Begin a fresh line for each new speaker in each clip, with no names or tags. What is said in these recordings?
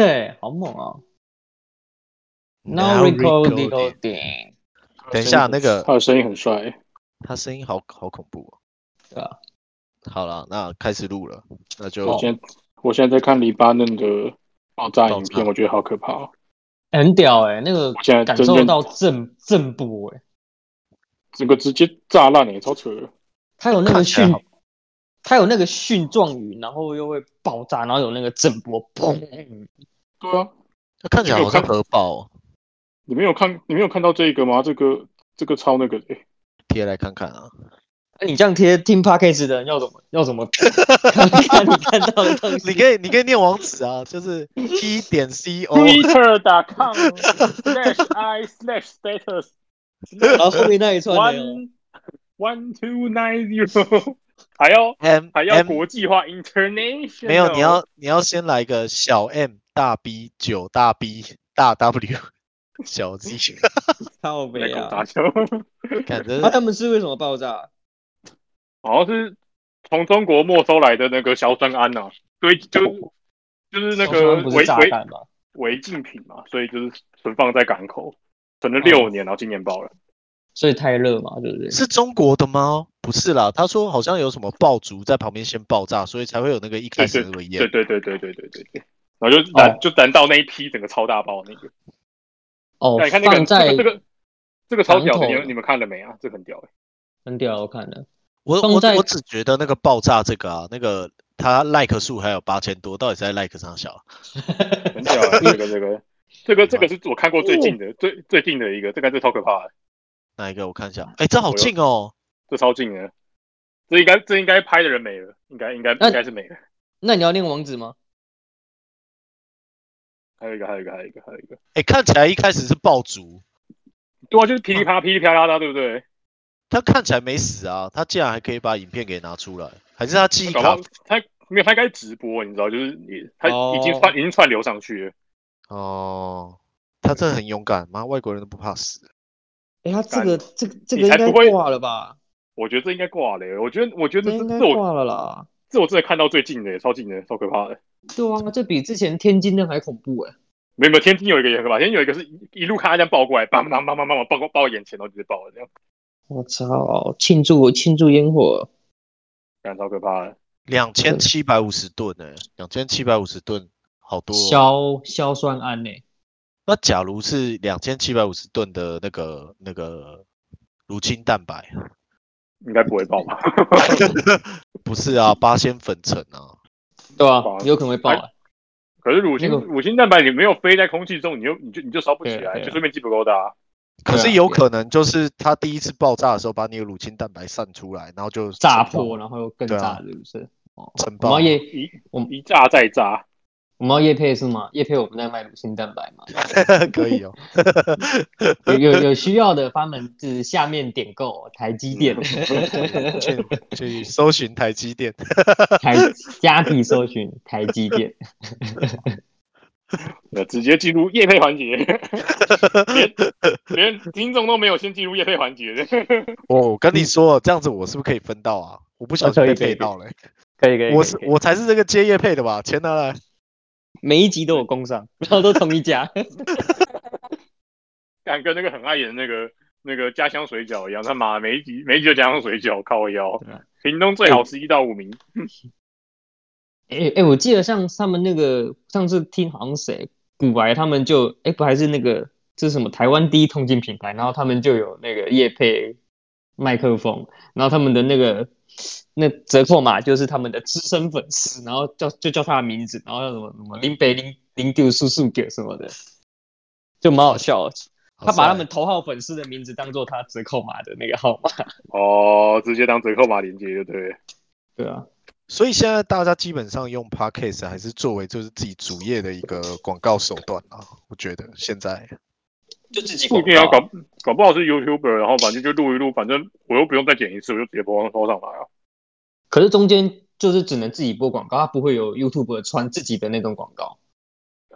对，好猛哦
Now
！No
recording
recording，
等一下，那个
他的声音很帅，
他声音好好恐怖、哦。
对啊，
好了，那开始录了，那就
我现在我现在在看黎巴嫩的爆炸影
爆
片，
炸
我觉得好可怕、哦。
很屌哎、那个
我现在
感
真
受
认
到震震波哎、
整个直接炸烂也、超扯的。
它有那个
看起来
蕈
好，
它有那个蕈状云，然后又会爆炸，然后有那个震波，砰！
对啊，
那看起来
有
好像
看
核爆、哦，
你没有看你没有看到这个吗？这个这个超那个的、欸
贴来看看啊。
那你这样贴听 podcast 的人要怎么要怎么看你看到的东
你
西？
可以，你可以念网址啊，就是 t 点 c
哦
o。
twitter.com slash i slash status
然后后面那一串的哦
one one two nine zero，还 要
M
还
哎
要
M
国际化 international，
没有，你要你要先来个小 M 大 B 九大 B 大 W 小 Z，
靠
来
北
狗
啊
杂！交，
感觉
那、他们是为什么爆炸？
好像是从中国没收来的那个硝酸铵呐，啊所以就就是那
小
个
熊不
违
是炸
违
弹吗？
违禁品嘛，所以就是存放在港口，存了六
哦
年，然后今年爆了。
所以太热嘛，对不对？
是中国的吗？不是啦，他说好像有什么爆竹在旁边先爆炸，所以才会有那个一开始那个
对
烟。
对对对对对对对。然后就燃、
哦
就燃到那一批整个超大包那个，
哦
那你，看那
放
个
在
这个这个这个超屌
港
的，
口
你们你们看了没啊？这个很屌哎、
很屌，我看了。
我
放
我
在
我只觉得那个爆炸这个啊，那个他 like 数还有八千多，到底是在 like 上小？
很屌、欸，这个这个这个这个是我看过最近的、最最近的一个，这个这超可怕的，
哪一个？我看一下，哎、这好近哦。
这超近的，这应该这应该拍的人没了，应该应该
那
应该是没了。
那你要念网址吗？
还有一个还有一个还有一个还有一
哦
个，
哎、看起来一开始是爆竹，
对啊，就是噼里啪啦噼里啪啦的，对不对？
他看起来没死啊，他竟然还可以把影片给拿出来，还是他记忆
搞不好
卡？
他没有，他应该直播，你知道，就是你他
哦
已经串、已经串流上去了。
哦，他真的很勇敢，妈，外国人都不怕死。
哎、他这个这个这个应
你才
该
不会
挂了吧？
我觉得这应该挂了耶，欸我觉得我觉
这
得这
应该
这我
挂了啦。
这我真的看到最近的耶，超近的，超可怕的。
对啊，这比之前天津的还恐怖哎、
没有没有，天津有一个也很可怕，天津有一个是一一路看他这样爆过来，砰砰砰砰砰砰爆过爆我眼前，然后直接爆了，这样
我操！庆祝庆祝烟火，
感觉超可怕的。
两千七百五十吨哎，两千七百五十吨，好多、哦。
硝硝酸铵呢、
那假如是两千七百五十吨的那个那个乳清蛋 白，
应该不会爆吧？
不是啊，八仙粉尘啊，
对吧、
哇
有可能会爆、啊。
可是乳清
那个
乳清蛋白你没有飞在空气中，你就你就你就烧不起
对啊
来，
对啊
就说明机不够大。
可
对
是
啊
有可能就是它第一次爆炸的时候，把你的乳清蛋白散出来，然后就
炸
沉
破，
爆，
然后又更
对啊
炸，是不是？哦
沉
我
爆啊
们要夜
一
我们
一炸再炸，
我们要夜配是吗？夜配我们在卖乳清蛋白嘛？
可以哦。
有有有需要的，帮我们就是下面点购台积电，
哦 去去搜寻台积电，
台加底搜寻台积电。
呃直接进入夜配环节， 连连听众都没有先进入夜配环节的。
我我跟你说，哦这样子我是不是可以分到啊？我不小心
哦可以可以
被背
可以
到了欸、
可以可以
我是我才是这个接业配的吧？钱拿来。
每一集都有工伤，然后都同一家。
敢跟那个很爱演的那个那个家乡水饺一样，他妈每一集每一集就家乡水饺，靠腰
对啊。
屏东最好吃一到五名，
哎、欸、哎、我记得像他们那个上次听好像谁古白他们就哎、欸不还是那个这是什么台湾第一通勤品牌，然后他们就有那个叶配麦克风，然后他们的那个那折扣码就是他们的资深粉丝，然后叫就叫他的名字，然后叫什么什么林北林林丢叔叔给什么的，就蛮好笑的。他把他们头号粉丝的名字当做他折扣码的那个号码。
哦，直接当折扣码连接就对了。
对啊，
所以现在大家基本上用 podcast 还是作为就是自己主业的一个广告手段啊，我觉得现在
就自己
不一定要搞，搞不好是 YouTuber，然后反正就录一录，反正我又不用再剪一次，我就直接播放播上来啊。
可是中间就是只能自己播广告，它不会有 YouTube 传自己的那种广告。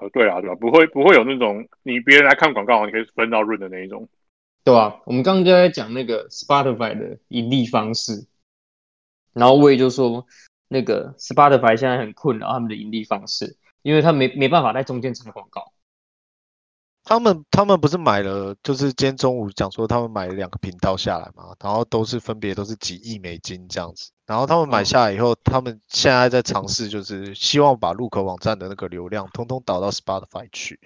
哦，对啊，对吧？不会不会有那种你别人来看广告，你可以分到润的那一种。
对啊，我们刚刚就在讲那个 Spotify 的盈利方式，然后我也就说那个 Spotify 现在很困扰他们的盈利方式，因为他没没办法在中间插广告。
他们他们不是买了，就是今天中午讲说他们买了两个频道下来嘛，然后都是分别都是几亿美金这样子。然后他们买
嗯
下来以后，他们现在在尝试，就是希望把入口网站的那个流量通通导到 Spotify 去，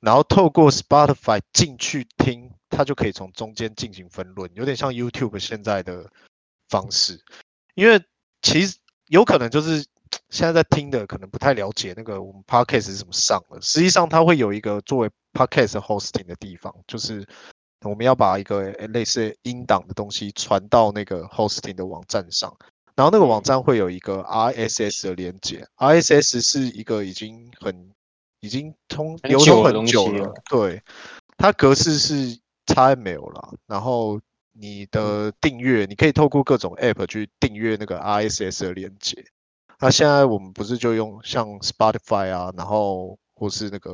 然后透过 Spotify 进去听，它就可以从中间进行分论，有点像 YouTube 现在的方式。因为其实有可能就是现在在听的可能不太了解那个我们 podcast 是怎么上的，实际上它会有一个作为 podcast hosting 的地方，就是我们要把一个呃类似音档的东西传到那个 hosting 的网站上，然后那个
嗯
网站会有一个 RSS 的连接，RSS 是一个已经很已经通
很
流
久
通
的
很
东
久
西
了
了，
对，它格式是 XML 啦，然后你
嗯
的订阅，你可以透过各种 App 去订阅那个 RSS 的连接。那现在我们不是就用像 Spotify 啊，然后或是那个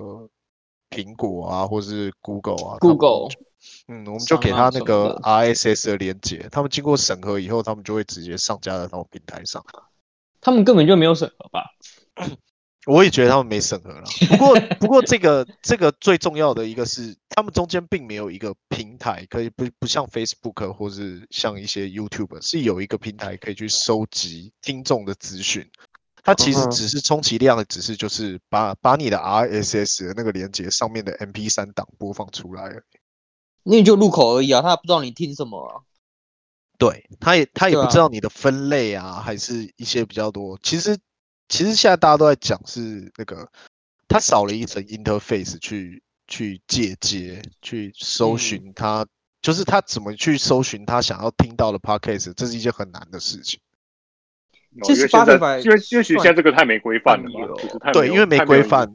苹果啊，或是 Google 啊他们
Google
嗯，我们就
上
给
啊
他
什
那
么
个
的
RSS 的连接，他们经过审核以后，他们就会直接上架到他们平台上。
他们根本就没有审核吧？
我也觉得他们没审核了。不过，不过这个这个最重要的一个是，他们中间并没有一个平台可以不不像 Facebook 或是像一些 YouTube 是有一个平台可以去收集听众的资讯。它其实
嗯哼
只是充其量的只是就是把把你的 RSS 的那个连接上面的 MP3 档播放出来了。
那就入口而已啊，他不知道你听什么啊。
对，他也他也
对
不
啊
知道你的分类啊，还是一些比较多。其实其实现在大家都在讲是那个，它少了一层 interface 去去借接去搜
嗯
寻它，就是他怎么去搜寻他想要听到的 podcast，这是一件很难的事情。
哦
其
因
实
为现在
Spotify
因为因为其实
算
现在这个太没规范了
范例
嘛
了，
其实太没
对，
有
因为没
太
规
有
范，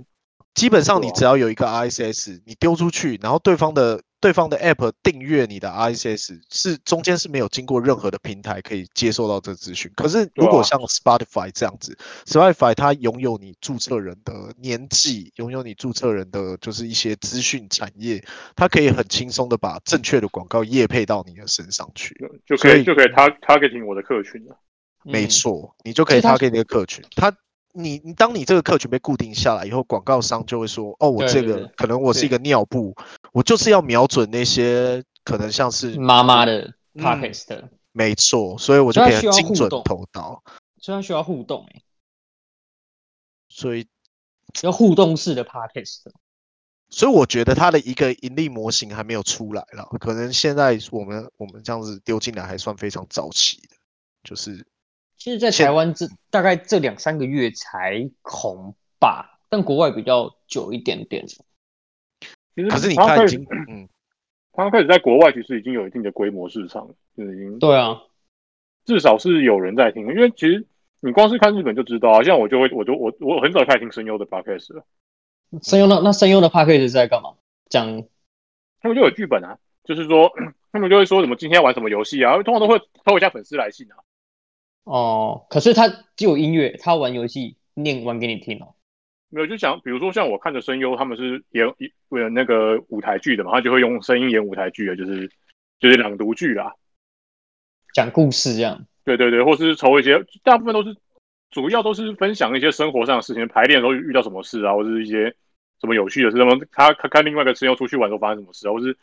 基本上你
对啊
只要有一个 RSS，你丢出去，然后对方的对方的 app 订阅你的 RSS，是中间是没有经过任何的平台可以接受到这资讯。可是如果
对啊
像 Spotify 这样子，Spotify 它拥有你注册人的年纪，拥有你注册人的就是一些资讯产业，它可以很轻松的把正确的广告业配到你的身上去。
就可
所
以
以
就可以 tar targeting 我的客群了。
没
嗯，
错，你就可
其
以
实它
target 你的客群。他你你当你这个客群被固定下来以后，广告商就会说，哦，我
对
这
对
个
对
可能我是一
对
个尿布，我就是要瞄准那些可能像是
妈妈的
嗯
podcast，
没错，所以我就
所以它
可以
需
很
要
精
互
准
动
投到。
所以它需要互动、欸，
所以
要互动式的 podcast。
所以我觉得它的一个盈利模型还没有出来了，可能现在我们我们这样子丢进来还算非常早期的，就是
其实，在
现
台湾这大概这两三个月才红吧，但国外比较久一点点。
其实
可是你
它
看
开
已
始
经嗯。
它开始在国外其实已经有一定的规模市场了，就是已经
对啊，
至少是有人在听，因为其实你光是看日本就知道啊，像我就会，我就我我很早开始听声优的 podcast 了，
声优那那声优的 podcast 是在干嘛？讲
他们就有剧本啊，就是说 他们就会说什么今天要玩什么游戏啊，通常都会偷一下粉丝来信啊，
哦，可是他只有音乐，他玩游戏念玩给你听哦。
没有就想比如说像我看的声优，他们是演演那个舞台剧的嘛，他就会用声音演舞台剧的，就是就是朗读剧啦，
讲故事这样，
对对对，或是抽一些，大部分都是主要都是分享一些生活上的事情，排练的时候遇到什么事啊，或者是一些什么有趣的事，那么他他看另外一个声优出去玩的时候发生什么事啊，或是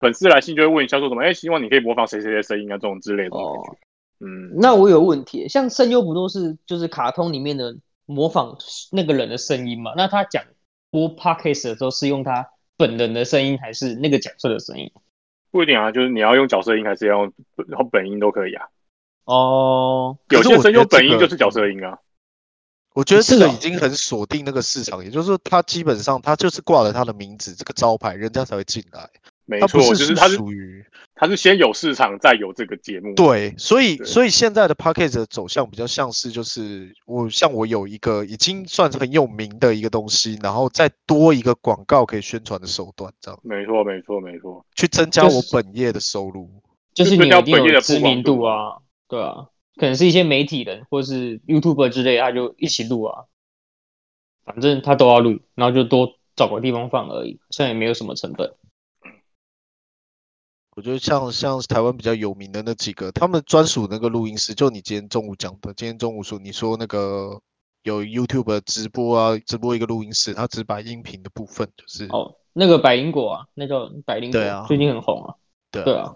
粉丝来信就会问一下说什么，哎，希望你可以模仿谁谁谁的声音啊，这种之类的。
哦，
嗯，
那我有问题，像声优不都是就是卡通里面的模仿那个人的声音嘛？那他讲播 podcast 的时候是用他本人的声音，还是那个角色的声音？
不一定啊，就是你要用角色音还是要用然后本音都可以啊。
哦，
可
有
是
些
我
声
觉
优
得这
本音
个
就是角色音啊，
我觉得这
是
个
哦
已经很锁定那个市场，也就是说，他基本上他就是挂了他的名字这个招牌，人家才会进来。
没
他
错，
不
就是是他是
属于
他是先有市场再有这个节目。
对，所以
对
所以现在的 p a c k a g e 的走向比较像是就是我像我有一个已经算是很有名的一个东西，然后再多一个广告可以宣传的手段，这样
没错，没错，没错。
去增加
就
我
是
本业的收入。
就是
就
你
增加
有一定
本业
有
的
知
曝光
名
度
度啊，对啊，可能是一些媒体人或是 YouTuber 之类，他就一起录啊，反正他都要录，然后就多找个地方放而已，好像也没有什么成本。
我觉得像像台湾比较有名的那几个，他们专属那个录音室，就你今天中午讲的，今天中午说你说那个有 YouTube 直播啊，直播一个录音室，它只把音频的部分就是
哦，那个百灵果啊，那叫百灵果，
对啊
最近很红啊。
对啊
对啊，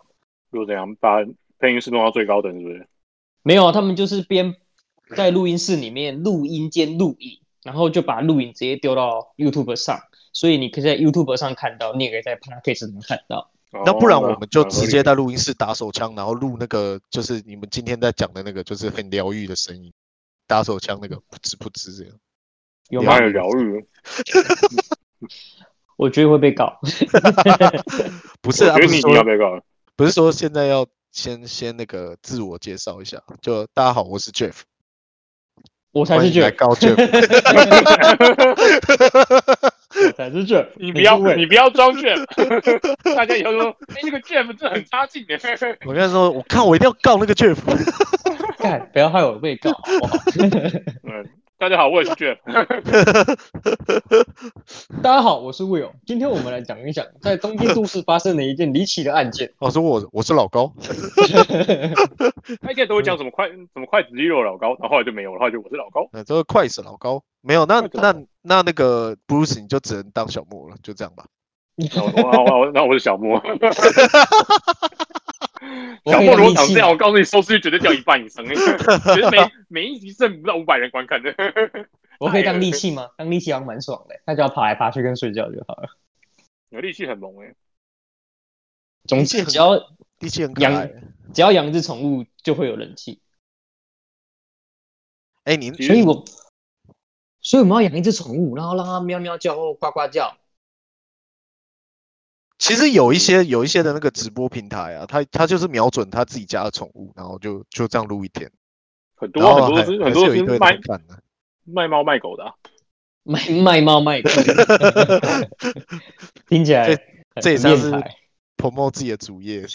又怎样把配音室弄到最高等，是不是？
没有，啊他们就是边在录音室里面录音兼录影，然后就把录影直接丢到 YouTube 上，所以你可以在 YouTube 上看到，你也可以在 Podcast 上看到。
那不然
哦
我们就
蛮合理
直接在录音室打手枪，然后录那个就是你们今天在讲的那个，就是很疗愈的声音，打手枪那个噗嗤噗嗤这样。
有吗
蛮？有疗愈。
我觉得会被告。
不
我
是啊，
觉
不
得
是
你你要
说
被 告，
不是说现在要先先那个自我介绍一下，就大家好，我是 Jeff，
我才
欢
是
迎来
Jeff，
告 Jeff。
我才是 Jeff。
你不要
你是
你不要装 Jeff，大家以后就说，哎，那个 Jeff 真的很差 劲耶。
我跟他说，我看我一定要告那个 Jeff。
干，不要害我被告，好 不好？
嗯，大家好，我也是 Jeff。
大家好，我是 Will，今天我们来讲一讲在东京都市发生的一件离奇的案 件。
我说哦我我是老高，
他一开始都会讲什么快
嗯
什么快子肌肉老高，然后后来就没有了，后来就我是老 高。
呃，这个快死老高没有，那
快死
那
老
那那个 Bruce 你就只能当小莫了，就这样吧。
那我那我那我那我是小莫。
我
小
可以
莫如
让你
果长
气
这样，
吗
我告诉你，收视率绝对掉一半以 上，绝对每每一集剩不到五百人观看 的。
我可以当利器吗？当利器好像蛮爽的，那就要爬来爬去跟睡觉就好 了。
有力气很萌哎，
总
利器
之，
很
只要
力气很可
养
爱。
只要养一只宠物就会有人气，
哎，你
其实
所以我所以我们要养一只宠物，然后让它喵喵叫或呱呱叫。
其实有一些有一些的那个直播平台啊，他他就是瞄准他自己家的宠物，然后就就这样录一天，
很
然
多
后
很多
还
是
还
很多
有一堆
是
人
卖
看的。
卖猫卖狗的啊，
卖卖猫卖 狗，听起来
这
很
这也算是
很变态
promote 自己的主业，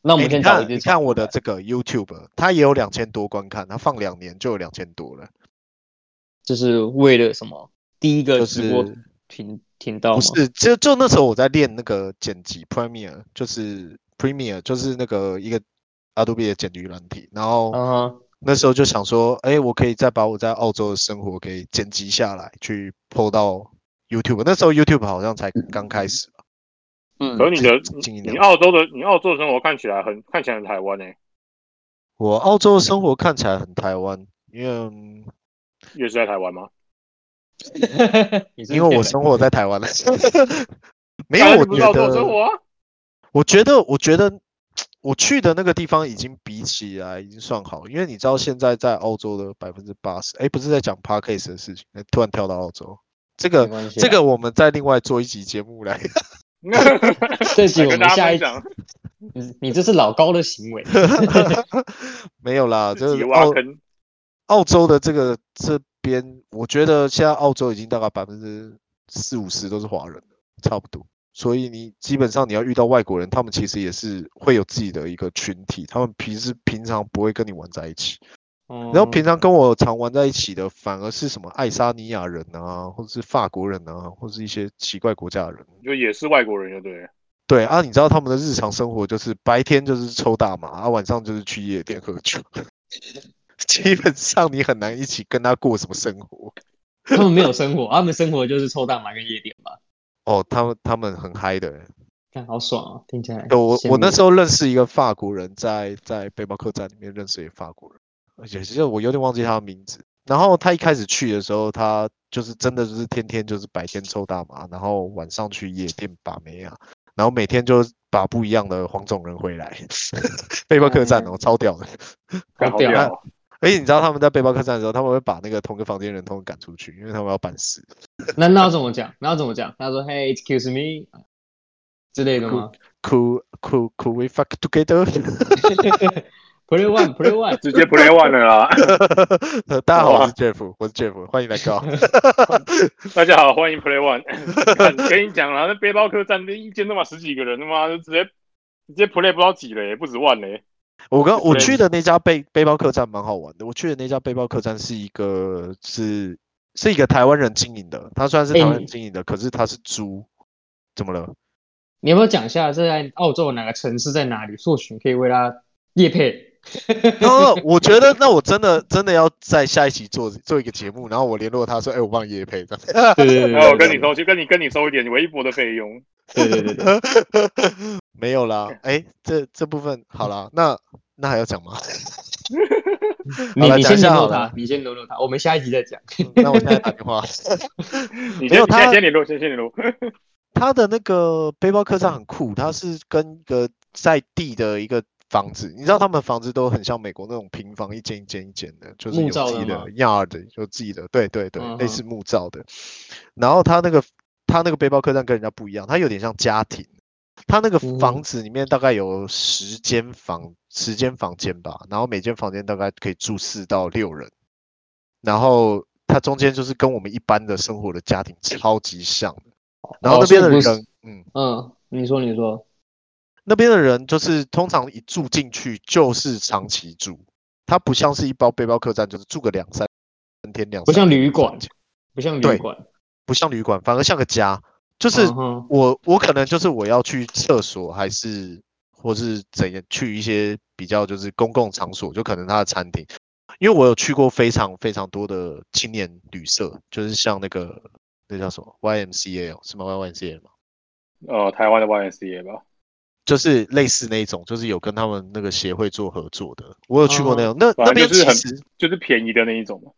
那我
哎
们
你
先找一
看，你
只
看
宠物
我的这个 YouTube，它也有两千多观看，它放两年就有两千多了。
就是为了什么？第一个
就是
直播频频道吗
不是，就就那时候我在练那个剪辑 Premiere，就是 Premiere 就是那个一个 Adobe 的剪辑软体，然后
啊哈，
那时候就想说，哎，我可以再把我在澳洲的生活给剪辑下来，去 PO 到 YouTube。那时候 YouTube 好像才刚开始吧，
嗯
可是你的
自己
你
的
你澳洲的你澳洲的生活看起来很看起来很台湾哎，
我澳洲的生活看起来很台湾，因为嗯
也是在台湾吗？
你是
因为我
骗人
生活在台湾了， 没有
当，然
我
不是澳
觉
洲生
得，
活啊，
我觉得，我觉得。我去的那个地方已经比起来已经算好，因为你知道现在在澳洲的百分之八十，哎，不是在讲 p a r k a s 的事情，诶突然跳到澳洲，这
没
个
关系啊，
这个我们再另外做一集节目来
这集我
跟
们
大家
下
分
一集，
享
你你这是老高的行为，
没有啦，
自
就
己
是
挖
澳
坑，
澳洲的这个这边，我觉得现在澳洲已经大概百分之四五十都是华人了，差不多。所以你基本上你要遇到外国人，他们其实也是会有自己的一个群体，他们平时平常不会跟你玩在一起。然后
嗯
平常跟我常玩在一起的，反而是什么爱沙尼亚人啊，或者是法国人啊，或是一些奇怪国家的人。啊
就也是外国人，就对
哦
了。
对啊，你知道他们的日常生活就是白天就是抽大麻，啊晚上就是去夜店喝酒， 基本上你很难一起跟他过什么生活。
他们没有生活，他们生活就是抽大麻跟夜店吧，
哦，他们他们很嗨的。
看好爽啊，听起来。
对我我那时候认识一个法国人在，在背包客栈里面认识一个法国人，而且其实我有点忘记他的名字。然后他一开始去的时候，他就是真的就是天天就是白天抽大麻，然后晚上去夜店把妹啊，然后每天就把不一样的黄种人回来， 背包客栈哦，超屌的。
好
干好
屌
屌
啊
哦，
而且你知道他们在背包客栈的时候，他们会把那个同个房间人通通赶出去，因为他们要办事。
那那要怎么讲？那要怎么讲？他说 “Hey, excuse me” 之类的吗
Could could could we fuck together？
？Play one, play one，
直接 play one 了啦。
呃大家好，我是 Jeff，我是 Jeff，欢迎来告。
大家好，欢迎 Play One。看跟你讲啦，那背包客栈那一间他妈十几个人，他妈就直接直接 Play 不知道几嘞，不止万嘞。
我刚我
Friends
去的那家背背包客栈蛮好玩的。我去的那家背包客栈是一个是是一个台湾人经营的，他虽然是
哎
台湾人
你
经营的，可是他是租，怎么了？
你要不要讲一下这在澳洲哪个城市在哪里？或许可以为他夜配。
那我觉得，那我真的真的要在下一期做做一个节目，然后我联络他说，哎、我帮你夜配这样。
对对对
然后
对
我哦跟你
对
收，就跟你跟你收一点微薄的费用。
对对对对，
没有啦，哎、这这部分好啦，那那还要讲吗？
你
好了
你
讲一
先
下
联
好
络
了
他，你先联络他，我们下一集再讲。
嗯那我现在打电话。没有
你先你现
他
在先联络，先先联络。
他的那个背包客栈很酷，他是跟一个在地的一个房子，你知道他们房子都很像美国那种平房，一间一间一间的，就是有
木造
自己
的
的
吗
yard，有自己的，对对对，类
嗯
似木造的。然后他那个他那个背包客栈跟人家不一样，他有点像家庭。他那个
嗯
房子里面大概有十间房，十间房间吧，然后每间房间大概可以住四到六人，然后它中间就是跟我们一般的生活的家庭超级像的，然后
哦
那边
所
的
以不是
人，嗯，
嗯，你说你说，
那边的人就是通常一住进去就是长期住，它不像是一包背包客栈，就是住个两三天两三天，
不像旅馆
这样
不像
对
旅馆，
不像旅馆，反而像个家。就是
嗯哼
我我可能就是我要去厕所，还是或是怎样去一些比较就是公共场所，就可能它的餐厅，因为我有去过非常非常多的青年旅社，就是像那个那叫什么 YMCA 哦是吗 YMCA 吗？
呃，台湾的 YMCA 吧。
就是类似那一种，就是有跟他们那个协会做合作的，我有去过那种。那
哦反
那
正
边
就是
其
很
实
就是便宜的那一种嘛。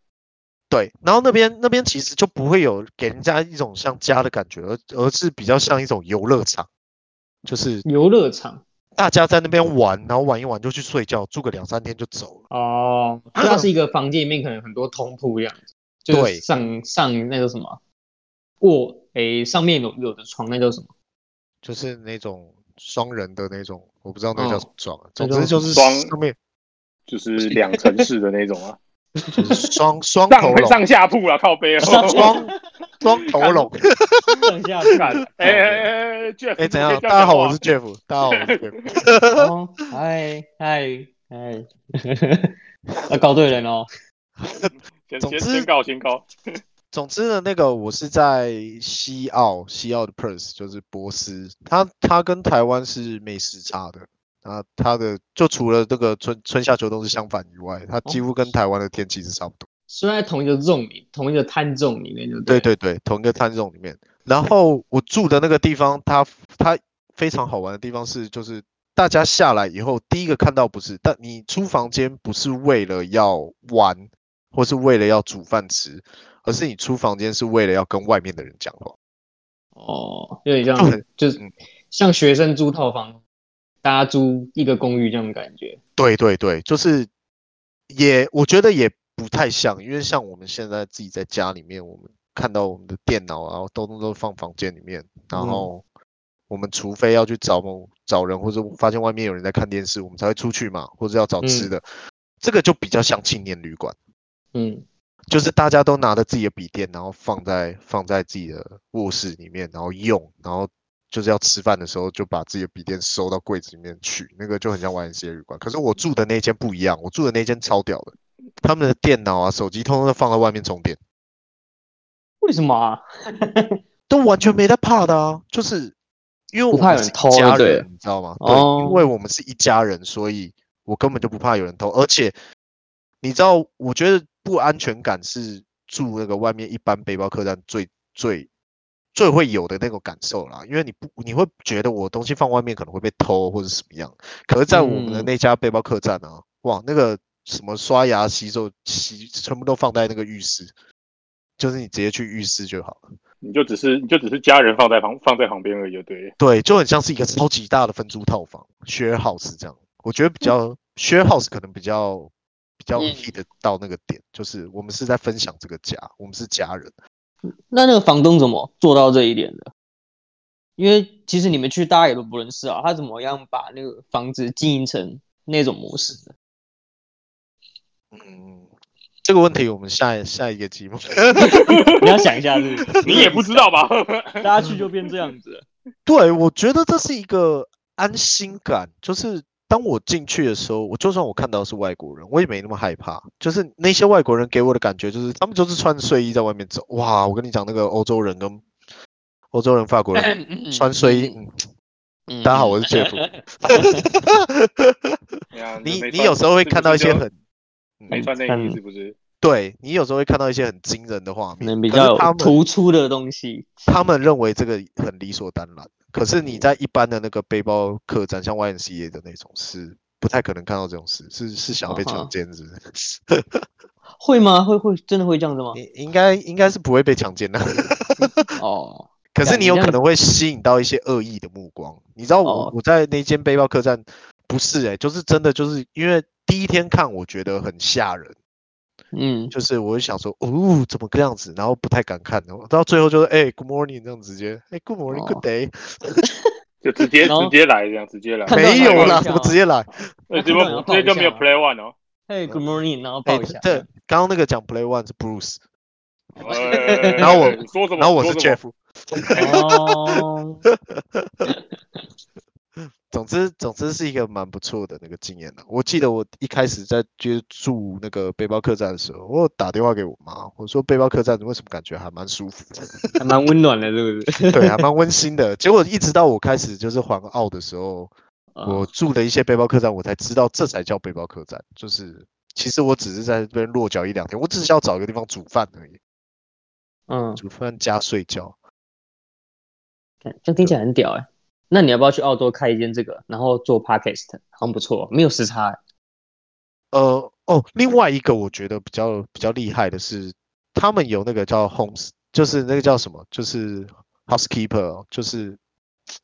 对，然后那边那边其实就不会有给人家一种像家的感觉，而而是比较像一种游乐场，就是
游乐场
大家在那边玩，然后玩一玩就去睡觉，住个两三天就走了。
哦，所以它是一个房间里面可能很多通铺这样子，就是
对
上上那个什么卧诶、上面有有的床那叫 什么？
就是那种双人的那种，我不知道那个叫
哦
什么床啊，
那
总之
叫
就是
嗯双
上 面
就是两层式的那种 啊，
就是双双头
上
龙，
上下铺啊，靠背 哦。
双双头龙。
上下铺
干哎哎哎，Jeff，
哎，怎样？
你可
大家
以这讲话
好，我是 Jeff，大家好，我是 Jeff。
哦，嗨嗨嗨， 啊，搞对人哦，
先
总
先
之
先告先告，
总之呢，那个我是在西澳，西澳的 Perth 就是波斯，它它跟台湾是没时差的。啊，它的就除了这个春春夏秋冬是相反以外，它几乎
哦
跟台湾的天气是差不多。
虽然在同一个 zone 里，同一个摊 zone 里面就
对
对
对对，同一个摊种里面。然后我住的那个地方，它它非常好玩的地方是，就是大家下来以后，第一个看到不是，但你出房间不是为了要玩，或是为了要煮饭吃，而是你出房间是为了要跟外面的人讲话。
哦，有点像
就很
就是
嗯
像学生租套房，大家租一个公寓这种感觉。
对对对，就是也我觉得也不太像，因为像我们现在自己在家里面，我们看到我们的电脑啊，然后都都放房间里面，然
嗯
后我们除非要去找某找人，或者发现外面有人在看电视，我们才会出去嘛，或者要找吃
嗯
的，这个就比较像青年旅馆，
嗯，
就是大家都拿着自己的笔电，然后放在放在自己的卧室里面，然后用，然后。就是要吃饭的时候，就把自己的笔电收到柜子里面去，那个就很像 YMCA 旅馆。可是我住的那间不一样，我住的那间超屌的，他们的电脑啊、手机通通都放在外面充电，
为什么啊？
都完全没在怕的啊。就是因为我
不怕有
们是
人偷
一家
就对
人
了，
你知道吗？对，
哦
因为我们是一家人，所以我根本就不怕有人偷。而且你知道，我觉得不安全感是住那个外面一般背包客栈最最。最会有的那种感受啦，因为你不你会觉得我东西放外面可能会被偷或者什么样，可是，在我们的
嗯
那家背包客栈啊，哇，那个什么刷牙、洗手、洗全部都放在那个浴室，就是你直接去浴室就好了。
你就只是你就只是家人放在旁放在旁边而已，对。
对，就很像是一个超级大的分租套房 share house 这样。我觉得比较 share house 可能比较比较
嗯
hit 到那个点，就是我们是在分享这个家，我们是家人。
那那个房东怎么做到这一点的？因为其实你们去，大家也都不认识啊，他怎么样把那个房子经营成那种模式的？
嗯，这个问题我们下一下一个节目。
你要想一下，是不是
你也不知道吧？
大家去就变这样子了。
对，我觉得这是一个安心感，就是当我进去的时候，我就算我看到是外国人，我也没那么害怕。就是那些外国人给我的感觉，就是他们就是穿睡衣在外面走。哇，我跟你讲，那个欧洲人跟欧洲人、法国人穿睡衣，嗯
嗯
大家好，我是 Jeff。
对啊
你
没
你
穿
有时候会
是不
看到一
是
些
就
很，
没
嗯，
穿内衣是不是？
对你有时候会看到一些很惊人的画
可
面，
嗯能比
可是
较
他们
突出的东西。
他们认为这个很理所当然，可是你在一般的那个背包客栈，像 YMCA 的那种是。不太可能看到这种事，是是想要被
啊
强
哈
奸，是不是？
会吗？会会真的会这样子吗？
你应该应该是不会被强奸的，嗯
哦，
可
干
是你
你
有
这
可
样
能会吸引到一些恶意的目光。你知道我、
哦
我在那间背包客栈不是诶、就是真的就是因为第一天看我觉得很吓人，
嗯，
就是我就想说哦怎么这样子，然后不太敢看，然后到最后就是哎、Good morning 这样直接哎、Good morning Good
哦
day，、
就直接
然后
直接来这样，直接来，哎
看到
没
你还
有
抱
啦
一，下
我
哦
直接来。哎
那
那
直接
看到你要
直接
抱一
就没有
下啊
play one 哦。
嘿，Good morning，然后
哎、
抱一下。
这刚刚那个讲 Play One 是 Bruce，
哎
然后我
你说什么？
然后我
你
是
说什么
Jeff。
哦，
总之，总之是一个蛮不错的那个经验了。我记得我一开始在接住那个背包客栈的时候，我有打电话给我妈，我说背包客栈为什么感觉还蛮舒服的，
还蛮温暖的，是不是？
对，还蛮温馨的。结果一直到我开始就是环澳的时候，我
哦
住的一些背包客栈，我才知道这才叫背包客栈。就是其实我只是在这边落脚一两天，我只是要找一个地方煮饭而已，
嗯，
煮饭加睡觉。
看这样听起来很屌哎。那你要不要去澳洲开一间这个，然后做 podcast，好像不错，没有时差欸。
呃，哦，另外一个我觉得比较比较厉害的是，他们有那个叫 homes，就是那个叫什么，就是 housekeeper，哦就是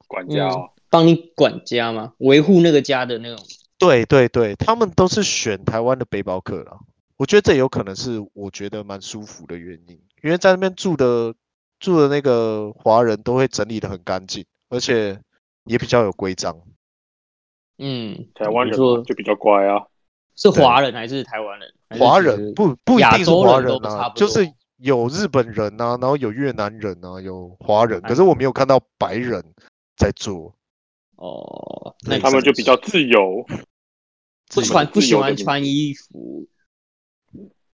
管家哦？
帮你管家吗？维护那个家的那种。
对对对，他们都是选台湾的背包客啦。我觉得这有可能是我觉得蛮舒服的原因，因为在那边住的住的那个华人都会整理的很干净，而且也比较有规章。
嗯，
台湾
你
人
说
就比较乖啊，
是华人还是台湾人？还是
华
只
人
是
不不一
亚
定是
洲
华
人都
人
差
啊，
不
就
多
是有日本人啊，然后有越南人啊，有华人，可
哎
是我没有看到白人在做。
哦，那
对
你
他们
真的
就是比较自由，
不
自己
穿不
自
喜
由的
欢
民族
穿衣服，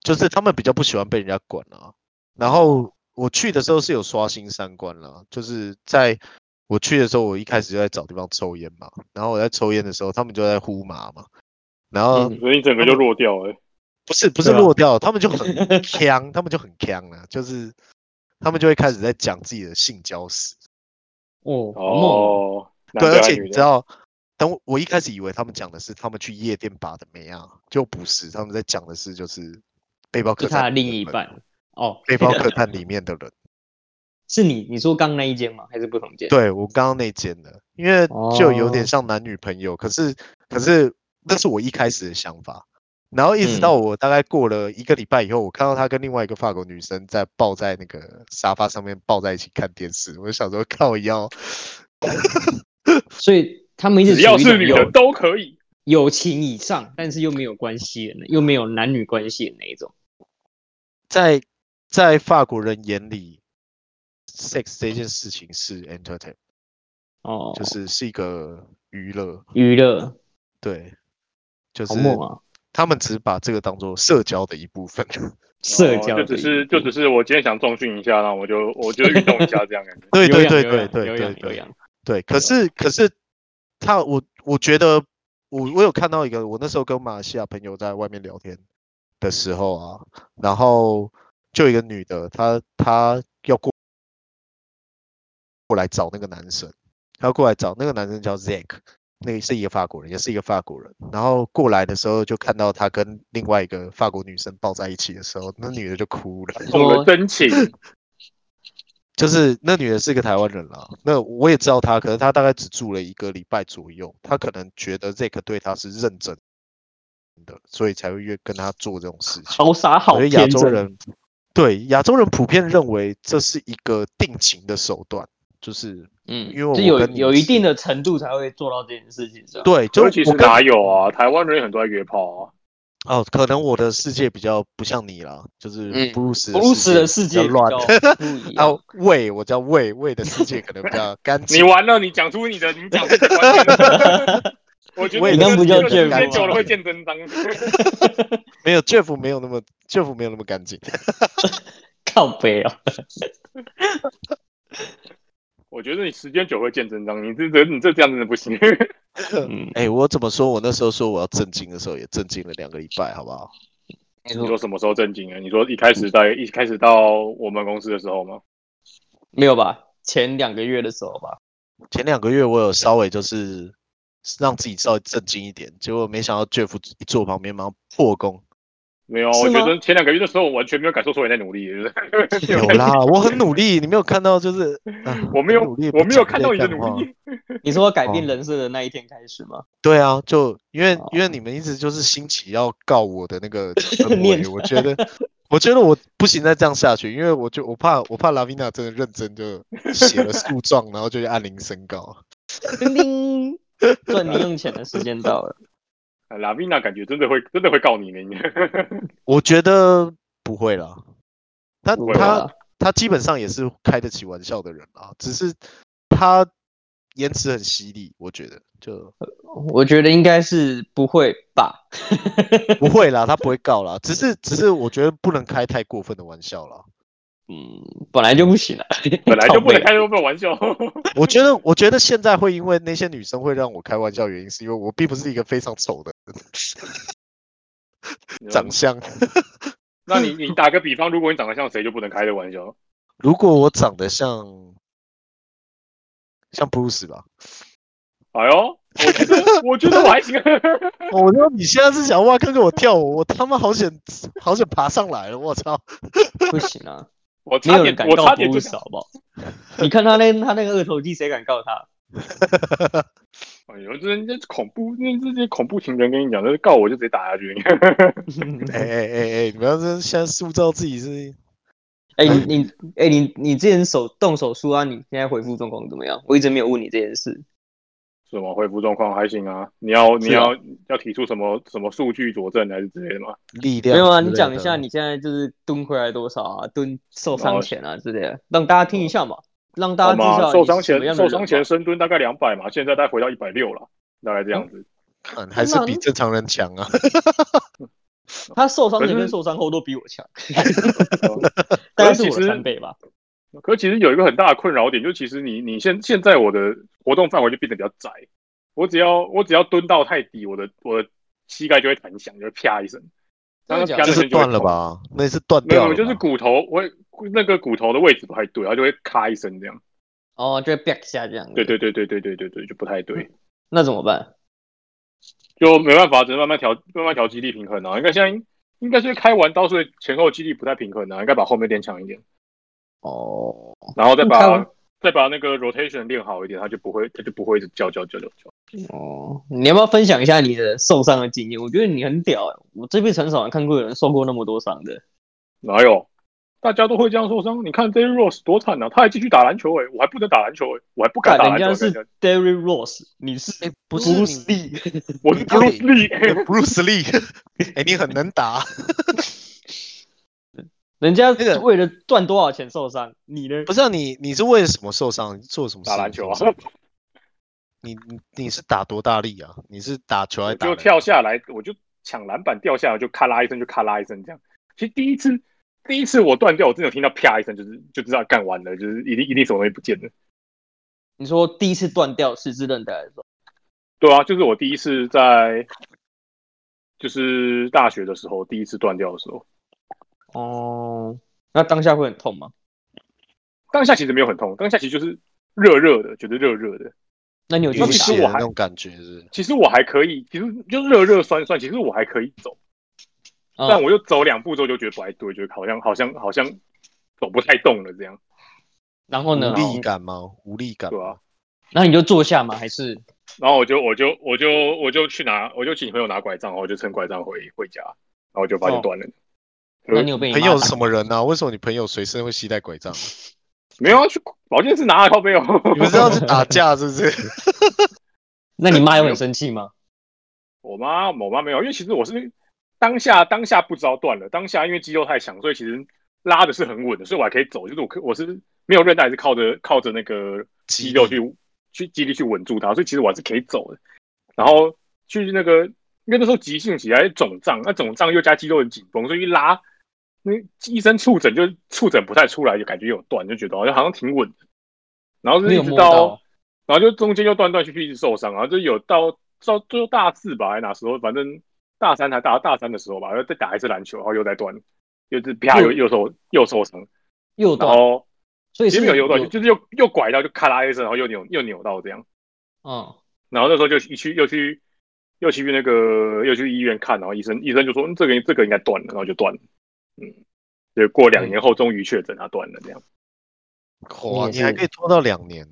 就是他们比较不喜欢被人家管啊。然后我去的时候是有刷新三观啦，就是在我去的时候，我一开始就在找地方抽烟嘛，然后我在抽烟的时候，他们就在呼麻嘛，然后
嗯
所以你整个就落掉了。
不是不是
对啊
落掉，他们就 很呛，他们就很呛了，就是他们就会开始在讲自己的性交史。
哦，好猛哦，
哦，
对，
男的
而
还
且
是女
你知
的？
道，等我我一开始以为他们讲的是他们去夜店把的妹啊，就不是，他们在讲的是就是背包客
就他的
栈里
另
面
一
的人，
半哦，
背包 客栈里面的人。
是你你说刚那一间吗？还是不同间？
对我刚刚那间的，因为就有点
哦
像男女朋友，可是可是那是我一开始的想法，然后一直到
嗯
我大概过了一个礼拜以后，我看到他跟另外一个法国女生在抱在那个沙发上面抱在一起看电视，我就想说靠腰，
所以他们一直
只要
处于一
是
种
女的
有
都可以。
友情以上，但是又没有关系的那，又没有男女关系的那一种。
在在法国人眼里，sex 这件事情是 entertain，
哦，
就是是一个娱乐，
娱乐，
对，就是哦
好猛啊！
他们只把这个当做社交的一部分。。
社交
哦
的
就只
一
是
部
就只是我今天想重训一下，然后我就我就运动一下这样 感觉
对
有
对
氧
对
有
对
氧有
对对
氧有
对
氧，
对，可是可是他我我觉得我我有看到一个，我那时候跟马来西亚朋友在外面聊天的时候啊，然后就有一个女的，她她要过过来找那个男生，她要过来找那个男生叫 Zack，那个是一个法国人，也是一个法国人。然后过来的时候就看到他跟另外一个法国女生抱在一起的时候，那女的就哭了。
动了真情，
就是那女的是个台湾人啦，那我也知道她，可是她大概只住了一个礼拜左右，她可能觉得 Zack 对她是认真的，所以才会越跟她做这种事情。
好傻好
我觉得亚
天
洲
真。
人，对亚洲人普遍认为这是一个定情的手段，就是
嗯，
因为
就有
我跟你
有一
是
定的程度才会做到这件事情，是吧？
对，就
尤其是
我跟
哪有啊？台湾人也很多在约炮啊。
哦，可能我的世界比较不像你啦，就是
嗯
布鲁斯
布鲁斯的世界
比
比
较
较
乱
不一
啊
样。，
魏我叫魏魏的世界可能比较 干净
你。完了，你讲出你的，你讲出你的观点了。 我觉得
我也
这个
刚不叫
这个时
Jeff
间
吗
久了会见真章。
没有 Jeff 没有那么 Jeff 没有那么干净。
靠北哦，
我觉得你时间久会见真章，你这这你这这样真的不行。
嗯，
哎、我怎么说？我那时候说我要震惊的时候，也震惊了两个礼拜，好不好？
没
你
错，
说什么时候正经啊？你说一开始在一开始到我们公司的时候吗？
没有吧？前两个月的时候吧，
前两个月我有稍微就是让自己稍微震惊一点，结果没想到 Jeff 一坐旁边马上破功。
没有，啊
是
我
吗
觉得前两个月的时候，我完全没有感受出你在努力，就是
有啦，我很努力，你没有看到就是，啊
我没有
很努力，
我没有看到
不
你的
讲这些干
努
话
力。
你说改
哦
变人设的那一天开始吗？
对啊，就因为因为
哦
你们一直就是兴起要告我的那 个氛
念
围，我觉得我觉得我不行再这样下去，因为我就我怕我怕拉维娜真的认真就写了诉状，然后就去按铃申告。
叮叮，赚零用钱的时间到了，
啊拉维娜感觉真的会真的会告你 呢，你
我觉得不会啦，他
不会 啊
他
吧
他基本上也是开得起玩笑的人啦，只是他言辞很犀利，我觉得 就
我觉得应该是不会吧？
不会啦，他不会告啦，只是只是我觉得不能开太过分的玩笑啦。
嗯，本来就不行了，
本来就不
靠
能
背
开这么玩笑。
我觉得，我觉得现在会因为那些女生会让我开玩笑，原因是因为我并不是一个非常丑的人长相。
那你你打个比方，如果你长得像谁，就不能开这玩笑。
如果我长得像像 Bruce 吧，
哎呦，我觉得我觉得我还行。
哦我知道你现在是想哇，看看我跳舞，我他妈好想好想爬上来了，我操！
不行啊，
我
没
差
有人
点
敢
我
告
差点
不
就
少好不好？ 你看他那他那个二头肌，谁敢告他？
哎呦，这这恐怖，那这些恐怖情人跟你讲，这告我就直接打下去。
哎哎哎哎，你不要这现在塑造自己是
哎、你你哎、你你之前手动手术啊，你现在恢复状况怎么样？我一直没有问你这件事。
什么恢复状况还行啊？你要你
是啊
要要提出什么什么数据佐证还是之类的吗？
力量
没有啊，
之
你
类
讲一
的
下你现在就是蹲回来多少啊，蹲受
哦
伤前啊之类的，让大家听一下嘛，让大家
好
知
嘛，
道
哦
你是什么
受伤前
样的
受
人
伤
嘛
前深蹲大概两百嘛，现在大概回到一百六了，大概这 样子。
看嗯还是
那
比正常人强啊。
他受伤前
可
跟
是
受伤后都比我强，
哦
大概是我
其实
的三倍吧。
可是其实有一个很大的困扰点，就是其实你你现现在我的活动范围就变得比较窄，我只要我只要蹲到太低，我的我的膝盖就会弹响，就会啪一声。然后
真的假
啪
的那
就
那
是
声就会
断了
痛？
吧？那是断
没有，
掉
没
了
有
吧，
就是骨头，我那个骨头的位置不太对，然后就会咔一声这样。
哦，就会 back 一下这样。
对，对对对对对对对，就不太对。
那怎么办？
就没办法，只能慢慢调，慢慢调肌力平衡啊。应该现在应该是开完刀，所以前后肌力不太平衡啊，应该把后面练强一点，
哦，
然后再
开
把
完
再把那个 rotation 练好一点，他就不会他就不会一直叫叫叫叫叫。
哦，你要不要分享一下你的受伤的经验？我觉得你很屌、欸，我这辈子很少看过有人受过那么多伤的。
哪有？大家都会这样受伤。你看 d a r r Rose 多惨啊，他还继续打篮球诶、我还不能打篮球诶、我还不敢打
人
篮球
家
欸。
是
人家
Derry Rose，你是
哎不是
Bruce
你
Lee
我是
到底
Bruce Lee，
Bruce Lee，哎、 你很能打。
人家
那个
为了赚多少钱受伤，你呢？
不是、啊、你，你是为了什么受伤？你做什么事
打篮球啊
受伤你你你是打多大力啊？你是打球还
我
是打
就
篮球？
跳下来，我就抢篮板掉下来，就咔啦一声，就咔啦一声这样。其实第一次第一次我断掉，我真的有听到啪一声，就是就知道干完了，就是一定一定什么东西不见了。
你说第一次断掉十字韧带的时候，
对啊，就是我第一次在，就是大学的时候第一次断掉的时候，
哦，那当下会很痛吗？
当下其实没有很痛，当下其实就是热热的，觉得热热的。
那你有继
就
流
续
其
打
血
吗？
实
的
我还
那种感觉是不是？
其实我还可以，其实就是热热酸酸，其实我还可以走，
嗯
但我又走两步之后就觉得不太对，觉得好像好像好像走不太动了这样。
然后呢
无？力感吗？无力感
对啊
吗？
那你就坐下吗？还是
然后我就我就我就我就去拿，我就请朋友拿拐杖，然后我就撑拐杖回回家，然后就发现
哦
断了。
那你有被你
朋
妈
友
打
是什么人呢、啊？为什么你朋友随身会携带拐 杖？
没有啊，去保健室拿啊靠背哦。
你们是要去打架是不 是？
那你妈有很生气吗？
我妈，我妈没有，因为其实我是当下当下不知道断了，当下因为肌肉太强，所以其实拉的是很稳的，所以我还可以走，就是我可我是没有韧带，是靠着靠着那个肌肉去去肌力去稳住它，所以其实我还是可以走的。然后去那个，因为那时候急性期还是肿胀，那肿胀又加肌肉很紧绷，所以一拉，那医生触诊就触诊不太出来，就感觉有断，就觉得好像好像挺稳的。然后是
没
一
有
直
摸
到，然后就中间又断断续续一直受伤，然后就有到到最后大四吧，还哪时候，反正大三还大大三的时候吧，然后再打一次篮球，然后又再断，又是啪又
又
又受又受伤，
右
然
段，
后
所以
其
是
实没有右断，就是又又拐到就咔啦一声，然后又扭又扭到这样。
嗯，
然后那时候就一去又去又去那个又去医院看，然后医生医生就说、嗯、这个这个应该断了，然后就断了，嗯，就过两年后终于确诊啊断了这样。
哇，
你也
你还
是
可以拖到两年，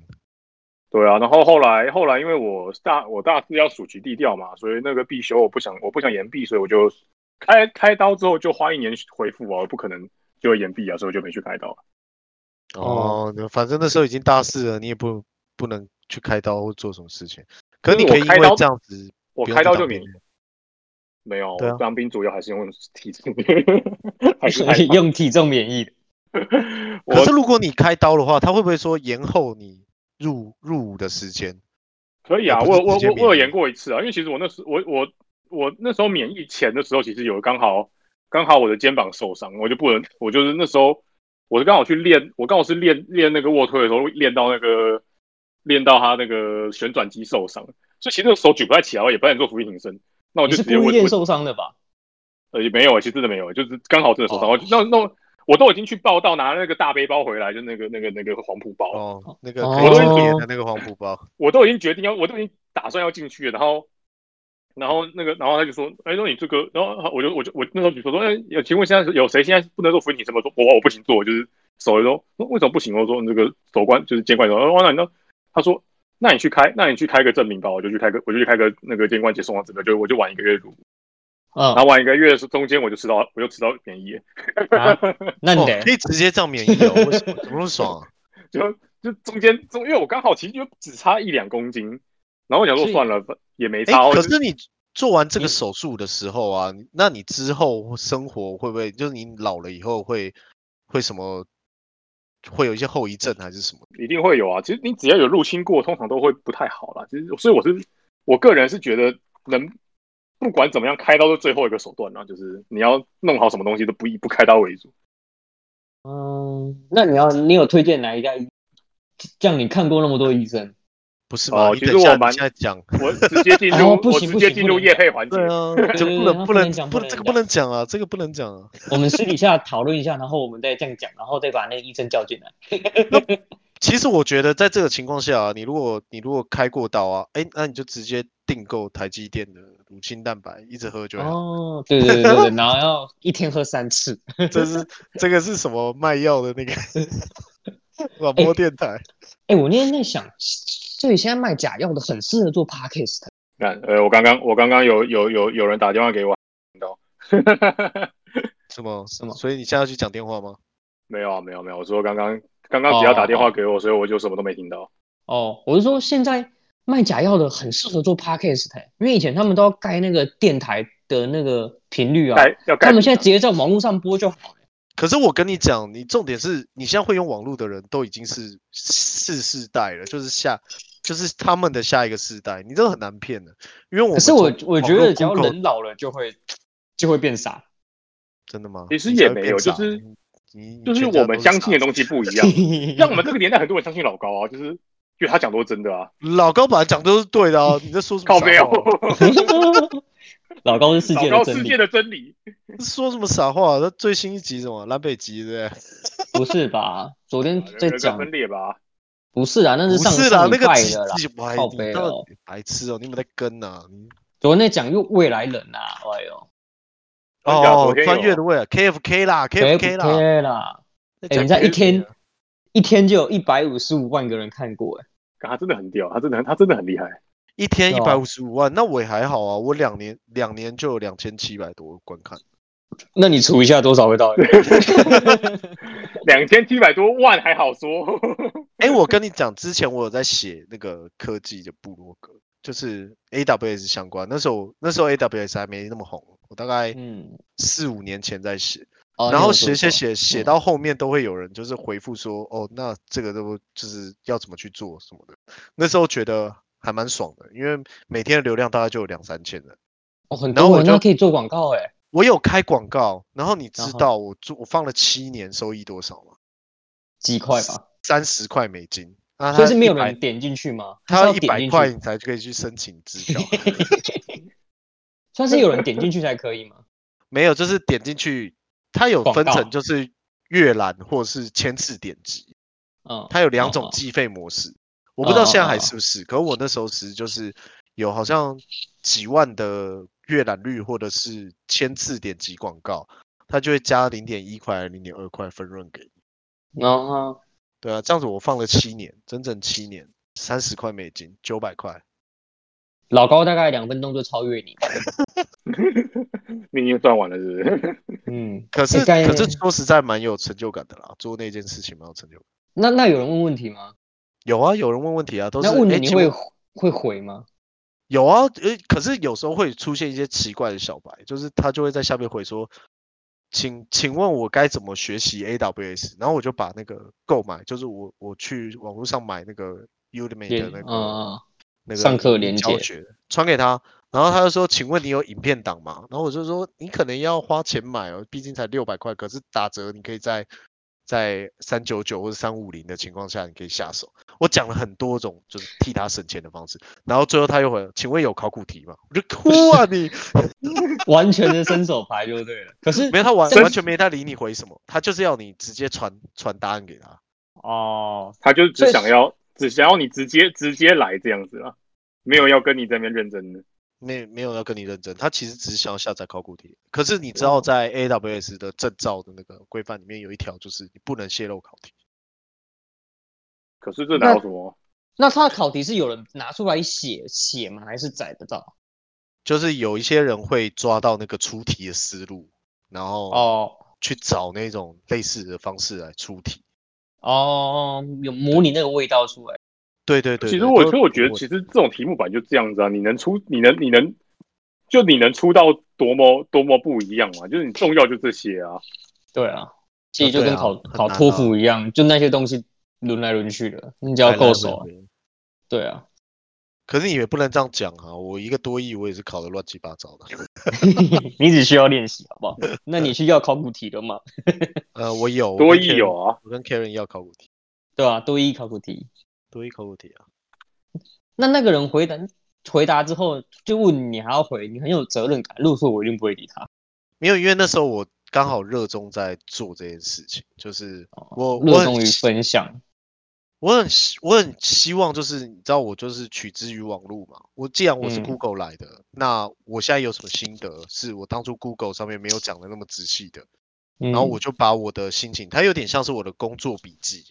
对啊，然后后来后来因为我大我大四要暑期地调嘛，所以那个必修我不想我不想延毕，所以我就开开刀之后就花一年恢复啊，我不可能就会延毕啊，所以我就没去开刀啊。
哦，那反正那时候已经大四了，你也不不能去开刀或做什么事情。可
就是
你可以
我
因
开刀
为这样子，
我
不用
开
去
刀
当
就
兵
免没有，
对啊
我当兵主要还是用体重， 还是害怕
用体重免疫的，
我
可是如果你开刀的话，他会不会说延后你入入伍的时间？
可以啊，
而
我
不是直
我
接
我
免疫
我有演过一次啊，因为其实我那时我我我那时候免疫前的时候，其实有刚好刚好我的肩膀受伤，我就不能，我就是那时候我是刚好去练，我刚好是练练那个卧推的时候练到那个练到他那个旋转肌受伤，所以其实那个手举不太起来，我也不太能做俯卧撑，那我
你
哦就是直接
故
问
意练
问
受伤的吧？
呃，也没有，其实真的没有，就是刚好真的受伤。
哦
我就那那我都已经去报道拿那个大背包回来，就那个那个那个黄埔包，
哦，那个
哦
可以抽烟的那个黄布包，
我都已经决定要，我都已经打算要进去了，然后，然后那个，然后他就说，哎，那你这个，然后我就我就我那时候就说，哎，有请问现在有谁现在不能做俯卧撑吗？说我我不行做，就是手说为什么不行？我说你这个手关就是肩关节，哦，那你呢？他说，那你去开，那你去开个证明吧，我就去开个，我就去开个那个肩关节松弛的，就我就玩一个月入伍，然
嗯，
后玩一个月中间我就吃到我就吃到便宜，
啊 那你
哦
得
可以直接这样免疫哦，为什么怎么那么爽 啊？
就就中间中，因为我刚好其实就只差一两公斤，然后我想说
所以
算了，也没
哎
差，，我
可
就是
你做完
嗯
这个
你
手术的时候啊，你那你之后生活会不会就是你老了以后会会什么？会有一些后遗症还是什么？
一定会有啊。其实你只要有入侵过，通常都会不太好啦。其实，所以我是我个人是觉得能不管怎么样，开刀是最后一个手段啊，就是你要弄好什么东西都不以不开刀为主。
嗯，那你要你有推荐哪一家医？这样你看过那么多医生，
不是吗？
哦
你
其实
等一
我
下，你
蛮
现在讲，
我直接进 入，
哦不
我
行
直接进入
不行不能
夜配环节。
对 啊，就
对
不
对
能
他
不
不
能
能讲
不
不
能
能
这个
讲
不能讲啊，这个不能讲啊。
我们私底下讨论一下，然后我们再这样讲，然后再把那个医生叫进来。
其实我觉得在这个情况下啊，你如果你如果开过刀啊，哎，那你就直接订购台积电的乳清蛋白，一直喝就好。
哦，对对对对对，然后要一天喝三次。
这是这个是什么卖药的 那个广播电台？
哎，我那天在想，所以现在卖假药的很适合做 podcast，
看，呃，我刚刚我刚刚有有有有人打电话给我，听到。
什么
什么
所以你现在要去讲电话吗？
没有啊，没有没有，我说刚刚刚刚只要打电话给我，所以我就什么都没听到。
哦，我是说现在卖假药的很适合做 podcast，、欸、因为以前他们都要盖那个电台的那个频率啊，
盖要盖
他们
饼
现在
啊
直接在网络上播就好了。
可是我跟你讲，你重点是你现在会用网络的人都已经是世世代了，就是下就是他们的下一个世代，你这个很难骗的。因为我
可是我
们从
我
网
觉
络
得只要
Google-
人老了就会就会变傻，
真的吗？
其实
你才
也
会
没
变
有就
傻
是
你你
就是
全家
我们
都是
相
傻
信的东西不一样。像我们这个年代，很多人相信老高啊，就是觉得他讲都是真的啊，
老高本来讲都是对的啊，你在说什么
靠
傻
背哦
话？，
老高是世
老
界的
高世
真理
界，的真理。
说什么傻话？他最新一集什么南北极对不对？
不是吧？昨 天在
啊人格
嗯讲
分裂吧？
不是啊，那
不
是上
是啦，
上
那
礼
个
拜
几
的啦。
集，哇，
靠
你
背
到
哦
底白痴哦，你有没有在跟啊？你
昨天在讲又未来人啊，哎呦
真假
哦
昨，天有
穿越的未来 KFK 啦，KFK 啦，
，K 啦，
在
哎，
讲
你在一
KFK
天
啊
一天就有一百五十五万个人看过，哎，
干他真的很屌，他真的很他真的很厉害。
一天一
对
百
啊
五十五万，那我也还好啊，我两年两年就有两千七百多观看，
那你除一下多少会到？
两千七百多万还好说，
哎、我跟你讲，之前我有在写那个科技的部落格，就是 AWS 相关。那时候那时候 AWS 还没那么红，我大概
嗯，
四五年前在写，
哦
然
那
后
有
写
多
写
少
写写
嗯
到后面都会有人就是回复说，哦，那这个都就是要怎么去做什么的。那时候觉得还蛮爽的，因为每天的流量大概就有两三千人。
哦，很
然后
多
我
人
就
那可以做广告哎，
我有开广告，然后你知
然后
道我做我放了七年，收益多少吗？
几块吧，
三十块美金。那
所以是没有
100
人点进去吗？
他要
要
一
点
百
进
块
去，
你才可以去申请支 票，
算是有人点进去才可以吗？
没有，就是点进去，它有分
广告
成，就是阅览或是千次点击，
嗯，
它有两
哦
种
哦
计费模式。我不知道现在
哦
还
哦哦
是不是，可我那时候时就是有好像几万的阅览率或者是千次点击广告，它就会加零点一块、零点二块分润给你。
然后
对啊，这样子我放了七年，整整七年，三十块美金，九百块。
老高大概两分钟就超越你，
你已经算完了，是不是？
嗯，
可是、
该
可是说实在蛮有成就感的啦，做那件事情蛮有成就感。
那那有人问问题吗？有
有啊，有人问问题啊，都是
那问
诶
你你
请问
会会回吗？
有啊，呃，可是有时候会出现一些奇怪的小白，就是他就会在下面回说，请请问我该怎么学习 AWS？然后我就把那个购买，就是我我去网络上买那个 Udemy 的那
嗯
个、
嗯，
那个
上课链
教
接
学传给他，然后他就说，请问你有影片档吗？然后我就说，你可能要花钱买哦，毕竟才六百块，可是打折你可以在在三九九或者三五零的情况下，你可以下手。我讲了很多种就是替他省钱的方式，然后最后他又回了，请问有考古题吗？ 我就哭啊你！
完全的伸手牌就 对了。可是
没有 他完
真
完全没他理你回什么，他就是要你直接传传答案给他。
哦，
他就是只
所以
想要，只想要你直接直接来这样子啦，没有要跟你在那边认真的。
没没有要跟你认真，他其实只是想要下载考古题。可是你知
嗯
道，在 AWS 的证照的那个规范里面有一条，就是你不能泄露考题。
可是这哪有什么？啊
那他的考题是有人拿出来写写吗？还是载得到？
就是有一些人会抓到那个出题的思路，然后
哦
去找那种类似的方式来出题。
哦，有模拟那个味道出来。
对对对，
其实
对
我，
都
可我觉得，其实这种题目本来就这样子啊，你能出，你能，你能，就你能出到多么多么不一样嘛？就是你重要就这些啊。
对啊，其实就跟
啊
考、
很
考
难
托
啊
福一样，就那些东西轮来轮去的，你只
来
要
来
够
回
熟啊。
回
对 啊，
可是你也不能这样讲啊！我一个多亿，我也是考的乱七八糟的。
你只需要练习，好不 好？那你需要考古题的嘛？
呃，我有我
多
跟
益
Karen-
有啊，
我跟 Karen 要考古题，
对啊，多一考古题。
多益考古题啊。
那那个人回答回答之后就问你还要回，你很有责任感。如果说我一定不会理他。
没有，因为那时候我刚好热衷在做这件事情，就是
哦
我我
热
很
衷于
希
分享，
我很希我很希望，就是你知道，我就是取之于网络嘛。我既然我是
嗯
Google 来的，那我现在有什么心得，是我当初 Google 上面没有讲的那么仔细的，
然
然后我就把我的心情，它有点像是我的工作笔记，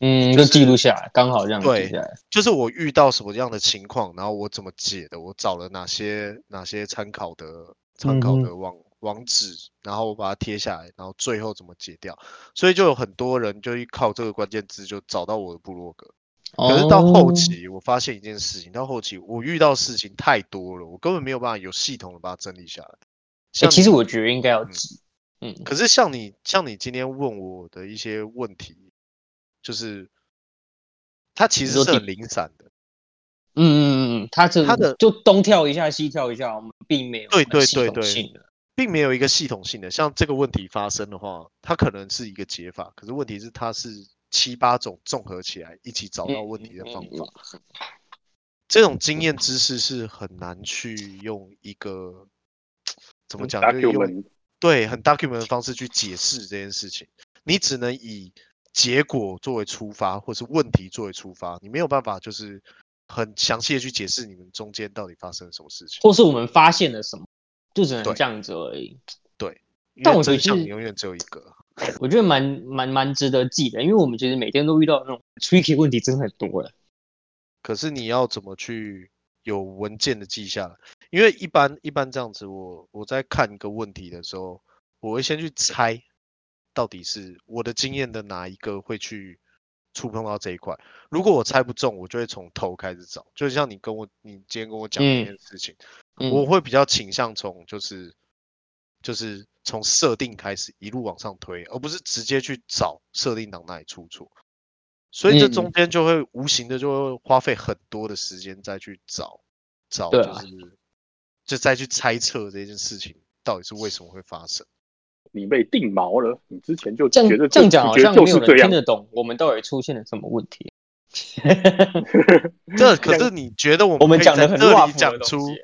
嗯
就
就是记录下来，刚好这样
对
记下来。
就是我遇到什么样的情况，然后我怎么解的，我找了哪些哪些参考的参
嗯
考
哼
的网、网址，然后我把它贴下来，然后最后怎么解掉，所以就有很多人就一靠这个关键字就找到我的部落格。可是
哦
到后期，我发现一件事情，到后期我遇到事情太多了，我根本没有办法有系统的把它整理下来。
哦，欸
像
其
你
实我觉得应该要
嗯
记，嗯，
可是像你像你今天问我的一些问题，就是它其
你
实
说
是
第
很零散的。
嗯嗯嗯，嗯，他这
他的
就东跳一下西跳一下，我们并没有
对对
系
对
统
对
性的，
并没有一个系统性的，像这个问题发生的话，它可能是一个解法，可是问题是它是七八种综合起来一起找到问题的方
嗯嗯嗯
法。这种经验知识是很难去用一个怎么讲，就是用
document
对很 document 的方式去解释这件事情，你只能以结果作为出发，或是问题作为出发，你没有办法就是很详细的去解释你们中间到底发生了什么事情。
或是我们发现了什么，就只能
对
这样子而已。
因
但
为
我觉
真
得
相
是
永远只有一个。
我觉得蛮蛮蛮值得记的，因为我们其实每天都遇到那种 tricky 问题，真的很多了。
可是你要怎么去有文件的记下来？因为一般一般这样子我，我在看一个问题的时候，我会先去猜，到底是我的经验的哪一个会去触碰到这一块。如果我猜不中，我就会从头开始找。就像你跟我，你今天跟我讲这
嗯
件事情，
嗯，
我会比较倾向从就是就是从设定开始一路往上推，而不是直接去找设定档那里出错。所以这
嗯
中间就会无形的就会花费很多的时间再去找找，
对
就
啊
是就再去猜测这件事情到底是为什么会 发生。
你被定毛了，你之前就
这
觉得
样这样讲
你
好
觉得
像
就
没有
是这
人听
样，
得懂我们到底出现了什么问题。
这可是你觉得我
我
们
们
可以
讲
在
的很
这
rough
里
的
讲
东
出
西，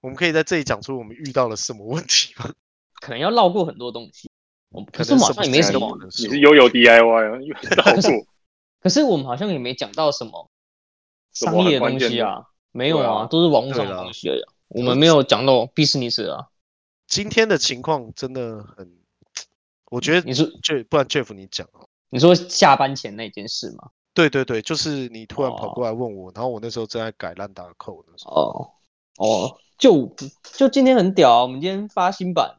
我们可以在这里讲出我们遇到了什么问题吗？
可能要绕过很多东西。我们可
可
是我
能
们好像
什么
也没
事
什
都
么
不，能
你
说
是悠悠 DIY 啊，又到处
可是我们好像也没讲到什么
什么
商业
很
的
关
东
键
西
的
啊，没有
对
啊，
啊
都是网络上
对
的
啦
东西而已啊。我们没有讲到 business 啊，
今天的情况真的很，我觉得
你是
就不然 Jeff 你讲啊。
你说下班前那件事吗？
对对对，就是你突然跑
哦
过来问我，然后我那时候正在改烂打扣那时候，
哦哦，就就今天很屌啊，我们今天发新版，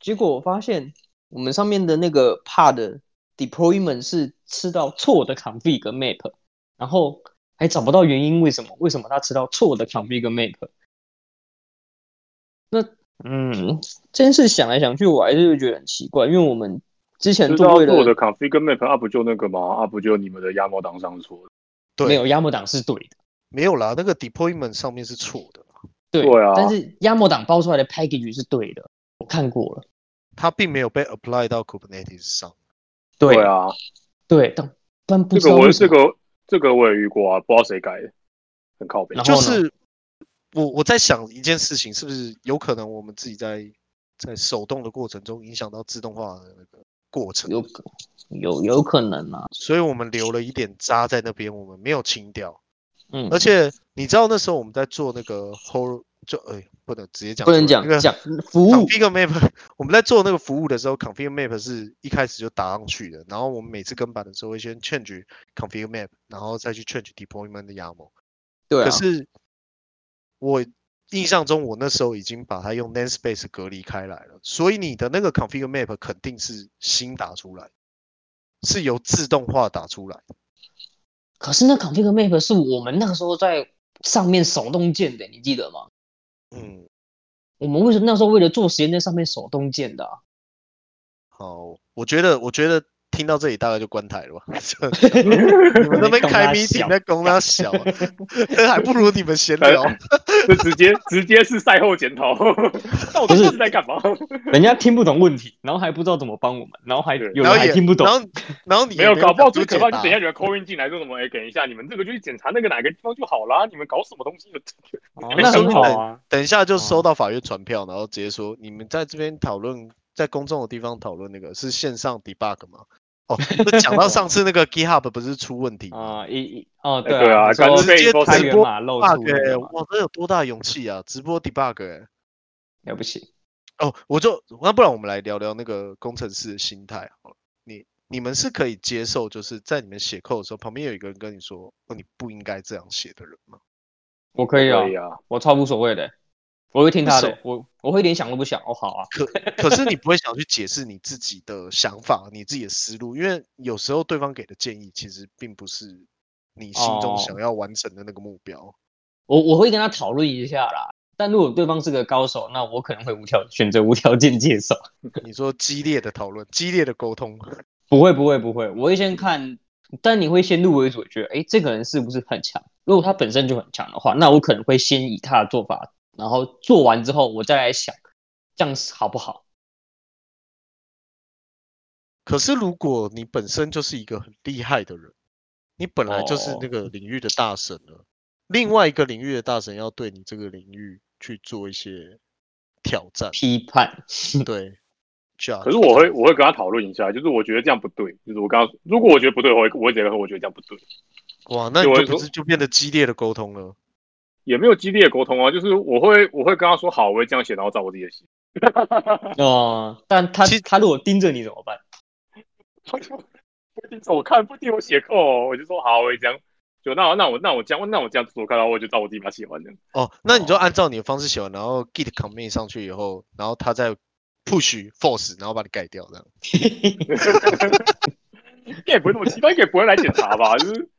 结果我发现我们上面的那个 pad deployment 是吃到错的 config map，然后还找不到原因，为什么？为什么它吃到错的 config map？那嗯，这件事想来想去，我还是会觉得很奇怪，因为我们之前
知
都
道
为
做的
了
config map 啊，不就那个吗？啊，不就你们的鸭毛党上说的？
对，
没有压模档是对的，
没有啦，那个 deployment 上面是错的，
对，
对啊
但是压模档包出来的 package 是对的，我看过了。
它并没有被 apply 到 Kubernetes 上。
对
啊，
对，但但不
这
知
个
道
我
为什
这
么
个这个我也遇过啊，不知道谁改的，很靠北
然。
就
后呢
是我我在想一件事情，是不是有可能我们自己在在手动的过程中影响到自动化的那个过程，
有可有有可能啊，
所以我们留了一点渣在那边，我们没有清掉。
嗯，
而且你知道那时候我们在做那个 whole 就哎、不能直接讲
不
出来，
能讲
那个
讲服务
config map，我们 在做那个服务的时候，config map 是一开始就打上去的，然后我们每次跟版的时候会先 change config map，然后再去 change deployment 的 YAML。
对啊
可，是我印象中，我那时候已经把它用 namespace 隔离开来了，所以你的那个 config map 肯定是新打出来，是由自动化打出来。
可是那 config map 是我们那个时候在上面手动建的，你记得吗？
嗯，
我们为什么那时候为了做实验在上面手动建的啊、
好，我觉得，我觉得听到这里大概就关台了吧。 就你们那边开 meeting 在攻他小 啊，还不如你们闲聊。
哎这直接直接是赛后检讨，到底是在干嘛？
人家听不懂问题，然后还不知道怎么帮我们，然后还
对
有
然
人
后
还
也
听不懂
然，后然后你
没
也
有，
没
搞不好
讲
最
出
可怕，
解
就
答
等一下有人扣音进来说什么？哎，等一下，你们这个就去检查那个哪个地方就好啦。你们搞什么东西？
哦
没
那
说
很
不
好
能
啊。
等一下就收
哦
到法院传票，然后直接说你们在这边讨论，在公众的地方讨论那个是线上 debug 吗？哦，那讲到上次那个 GitHub 不是出问题吗？
啊，一一哦，
哎对啊
你说
干脆
直接
被
开
直
源
播
码露出
debug，
那
欸
个嘛
哇，这有多大勇气啊！直播 debug 哎，
了不起，
哦，我就那不然我们来聊聊那个工程师的心态好了。你你们是可以接受，就是在你们写扣的时候，旁边有一个人跟你说，哦，你不应该这样写的人吗？
我可以啊
可，以啊，
我超无所谓的，我会听他
为
的，我我会连想都不想。哦，好啊，
可可是你不会想去解释你自己的想法、你自己的思路，因为有时候对方给的建议其实并不是你心中
哦
想要完成的那个目标。
我我会跟他
讨论一下啦。但如果对方是个高手，那我可能会无条选择无条件接受。
你说激烈的讨论、激烈的沟通，
不会，不会，不会，我会先看，但你会先入为主，觉得哎，诶这个人是不是很强？如果他本身就很强的话，那我可能会先以他的做法，然后做完之后，我再来想，这样好不好？
可是如果你本身就是一个很厉害的人，你本来就是那
哦，
个领域的大神了，另外一个领域的大神要对你这个领域去做一些挑战
批判，
对。judge
可是我会我会跟他讨论一下，就是我觉得这样不对，就是我刚刚如果我觉得不对，我会我会直接说我觉得这样不对，
哇，那你
对我
就
会
不
说
是就变得激烈的沟通了？
也没有激烈的沟通啊，就是我会我会跟他说好，我会这样写，然后照我自己的写。
哦、但他
嗯其实
他如果盯着你怎么办？
不盯着我看，不盯我写扣、哦我就说好，我也这样。就那那我那我这样那我这样做看，然后我就照我自己把它写完的。
哦，那你就
哦
按照你的方式写完，然后 git commit 上去以后，然后他再 push force，然后把你改掉，这样。
应 该也不会那么奇怪，应该也不会来检查吧？就是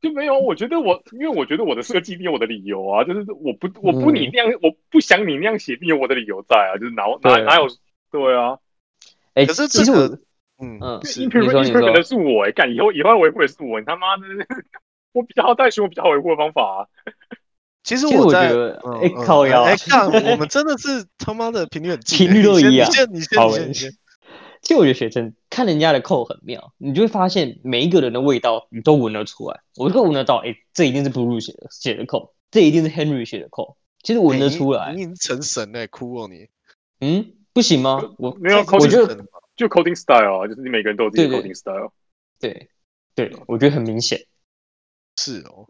就没有，我觉得我因为我觉得我的设计你有我的理由啊，就是我不我不你那样，我不想你那样写，你有我的理由在啊，就是哪哪
对
哪有对啊
哎，
可是
其实
这个
我，
嗯，
嗯，
因
是
为
你说
，improve
你
improve 可
说
能，是我哎、干以后以后要维护也是我，你他妈的，我比较好带选，我比较好维护的方法啊。
其实
其实
我
我
在
觉得
嗯
哎
嗯
靠腰
哎，看我们真的是他妈的频率很近欸，
频率都
你先
一样
你先，你先，
好
你
欸
先，你先。
就学学生看人家的扣很妙，你就会发现每一个人的味道你都闻得出来。我都闻得到，哎、这一定是 Blue 写的写的扣，这一定是 Henry 写的扣，其实闻得出来。
你已经成神嘞，哭哦你！
嗯，不行吗？我
没有
我觉得
成神了吧
就 coding style 啊，就是每个人都有自己的
对对
coding style。
对对，我觉得很明显。
是哦。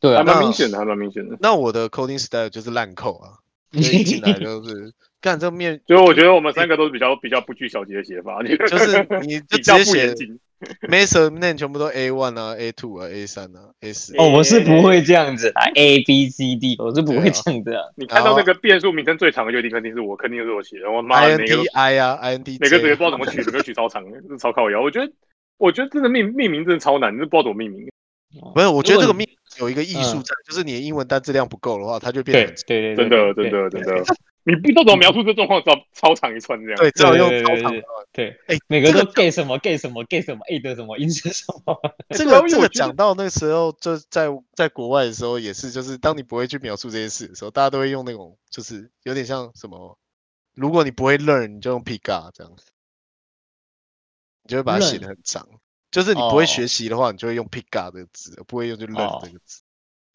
对
还
啊，
蛮明显的，还蛮明显的。
那我的 coding style 就是烂扣啊，就一 进来就是干这面，
所以我觉得我们三个都是比较比较不拘小节的写法，就
就是你就
比
直
较
接
不
写
严谨。
method name 全部都 A one 啊、A two 啊、A 三啊、A 四。
哦，我是不会这样子啊，A B C D，我是不会这样子啊。
你看到那个变数名称最长的，就一定肯定是我，肯定是我写的。我妈的，每个都
INDI 啊，IND
每个主角不知道怎么取，每个取超长，这超靠腰。我觉得，我觉得真的命命名真的超难，你不知道怎么命名。
不是，我觉得这
如果
个
你
命有一个艺术在，就是你的英文单词量不够的话，它就变
啊
对
得很
对对，对
真的，真。的，真的， 你不知道怎么描述这状况，超超长一串这样。
对，只有用
对
超
对
长
对
的。
对，
哎
每个都 gay 什么 gay 什么 gay 什么 A 的什么音是什么，
这
对啊
个
因为
这
我
个
觉得
讲到那时候，就在在国外的时候也是，就是当你不会去描述这些事的时候，大家都会用那种，就是有点像什么，如果你不会 learn，你就用 pick up 这样，你就会把它写
Learn
的很长。就是你不会
哦
学习的话，你就会用 pick up 这个字，不会用就 learn
哦
这个字，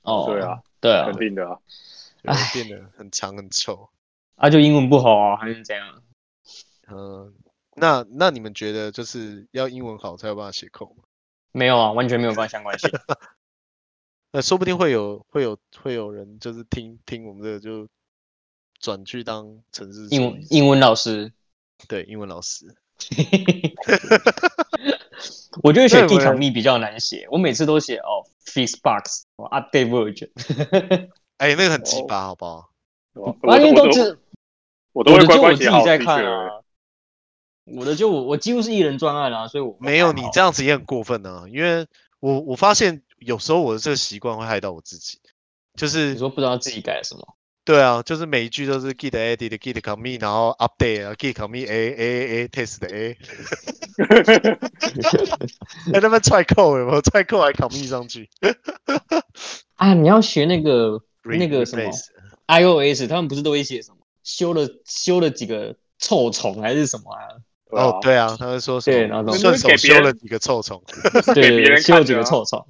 哦，
对啊，
对啊
肯，定的啊。
就会
唉
变得很长很臭。
啊就英文不好啊，还是怎样？
嗯，那那你们觉得就是要英文好才有办法写扣吗？
没有啊，完全没有跟它相关性。
那说不定会有会有会有人就是听听我们这个就转去当城市
英
助
文
理
英文老师，
对英文老师，
我觉得
对
写
我也
地场力比较难写，我每次都写哦 fix box 哦 update version，
哎，那个很鸡
哦
巴，好不好？
对吧我
啊因为
我
都只
我都
我的
会乖
就我
乖
自
写
己
好
在
T
看
恤。
啊，我的就我我几乎是一人专案啊，所以我
没有你这
样
样子也很过分啊，因为我我发现有时候我的这个习惯会害到我自己，就
你
是
说不知道自己改了什 么，
对啊，就是每一句都是 git edit git commit，然后 update 啊 git commit a a a, a test a，在那边踹扣有没有？踹扣还 commit 上去，
啊，你要学那个
Re-
那个什么
replace
iOS，他们不是都会写什么修了修了几个臭虫还是什么啊？
哦，，对啊，他会说什
对
么
然后
顺
就是
手
给别
修了
人
几个臭 虫，
是
对
给
对
别
对，
人
修了
看
几
的
个
啊。
臭虫，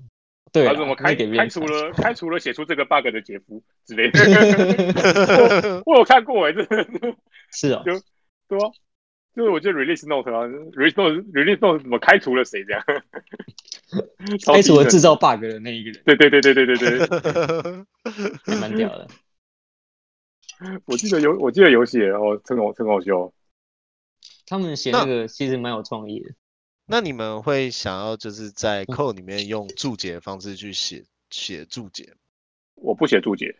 对啊，
他怎么
那
开
给别人看
开除了开除了写出这个 bug 的杰夫之类的，我有看过哎、这
是哦，
对啊，就是我觉得 release note 啊，release note release note 怎么开除了谁这样？超
开除了
低能
制造 bug 的那一个人，
对对对对对对对，
也蛮屌的。
我记得有我记得有写哦，真好真好笑。
他们写
那
那个其实蛮有创意的，
那你们会想要就是在
嗯
code 里面用注解的方式去写写注解？
我不写注解，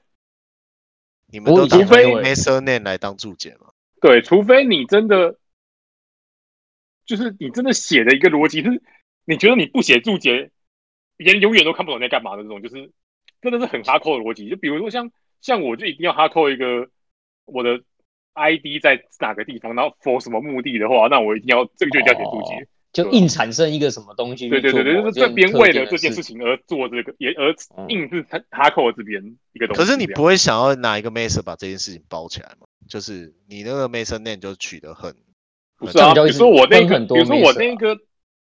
你们
我
都
已
打
经
算
没
用
有欸
method name 来当注解吗？
对，除非你真的就是你真的写的一个逻辑是，你觉得你不写注解，别人永远都看不懂你在干嘛的这种，就是真的是很哈扣的逻辑。就比如说像像我就一定要哈扣一个我的 ID 在哪个地方，然后 for 什么目的的话，那我一定要这个就一定要写注
哦
解。
就硬产生一个什么东西
对
去
对
做
对
某件特
对，
定的事。
就是这边为了这件事情而做这个，也而
嗯
硬是哈哈扣这边一个东西。
可是你不会想要拿一个 method 把这件事情包起来吗？就是你那个 method name 就取得 很
不
很
是啊，
大
这样
比如
呃就
说我那
分
个，
很
比
多
如说
method
我
啊
那个，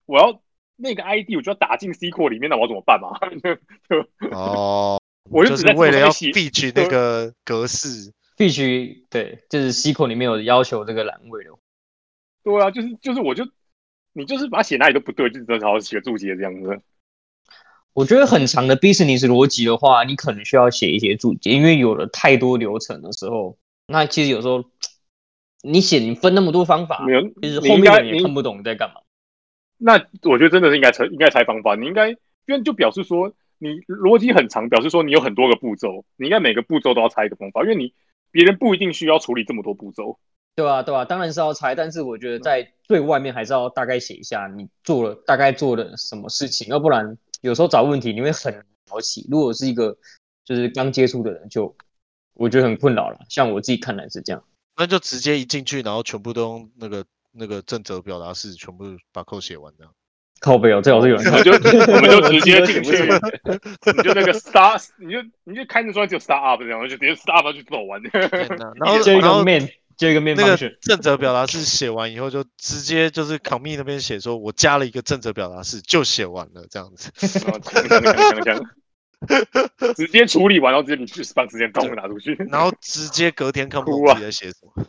我要那个 ID，我就要打进 C 括里面，那我要怎么办嘛？
哦，
我就
就
只
是
在
为
这
了
个
要
上面写
feature
对
那个格式，
必须对，就是 SQL 里面有要求这个栏位的，
对啊，就是就是，我就你就是把它写哪里都不对，就只能好好写注解这样子。
我觉得很长的 business 逻辑的话，你可能需要写一些注解，因为有了太多流程的时候，那其实有时候你写你分那么多方法
没，有，
啊其实
你
后
应
面
该
的人也
你
看不懂你在干嘛。
那我觉得真的是应该采应该采访吧，你应该因为就表示说你逻辑很长，表示说你有很多个步骤，你应该每个步骤都要拆一个方法，因为你别人不一定需要处理这么多步骤。
对啊，对啊，当然是要拆，但是我觉得在最外面还是要大概写一下你做了大概做了什么事情，要不然有时候找问题你会很难聊起。如果是一个就是刚接触的人就，我觉得很困扰了。像我自己看来是这样，
那就直接一进去，然后全部都用那个那个正则表达式，全部把扣写完这样。
靠背哦，最好是有人
我
看
们 就我们就直接进
我自己都写不出
去
来，
你就那个 star，你就你就看得出来就 star up 这样，就直接 star up 就走完。
天哪然后
就一
然
个
后
man，
就一个 main
那个
function，
正则表达式写完以后，就直接就是 commit 那边写说，我加了一个正则表达式就写完了这 样子。
然后锵锵锵锵 锵，直接处理完，然后直接你去帮直接咚拿出去，
然后直接隔天看不
哭
懂
啊
自己在写什么。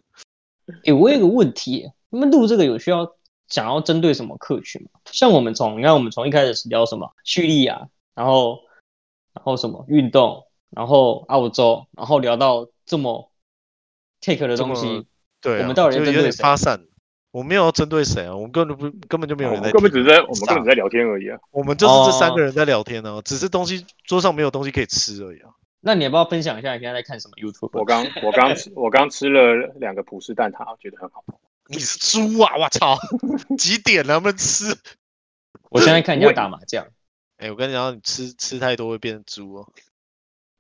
诶，我有个问题耶，你们录这个有需要想要针对什么客群吗？像我们从你看我们从一开始聊什么叙利亚，然后然后什么运动，然后澳洲，然后聊到这么 take 的
这
东
么
西，
对啊、
我们到底
就
在针
有
对
点
谁
发散。我没有要针对谁啊，我们根本就不根本就没有
哦我
人在听，
们
啊
根本只是在我们根本只是在聊天而已啊。
我们就是这三
哦
个人在聊天呢、啊只是东西桌上没有东西可以吃而已啊。
那你要不要分享一下你现在在看什么 YouTube？
我刚我刚吃我刚吃了两个葡式蛋挞，我觉得很好。
你是猪啊！我 操，几点了？能不能吃？
我现在看人家
喂
打麻将，
哎、我跟你讲，你吃吃太多会变猪哦。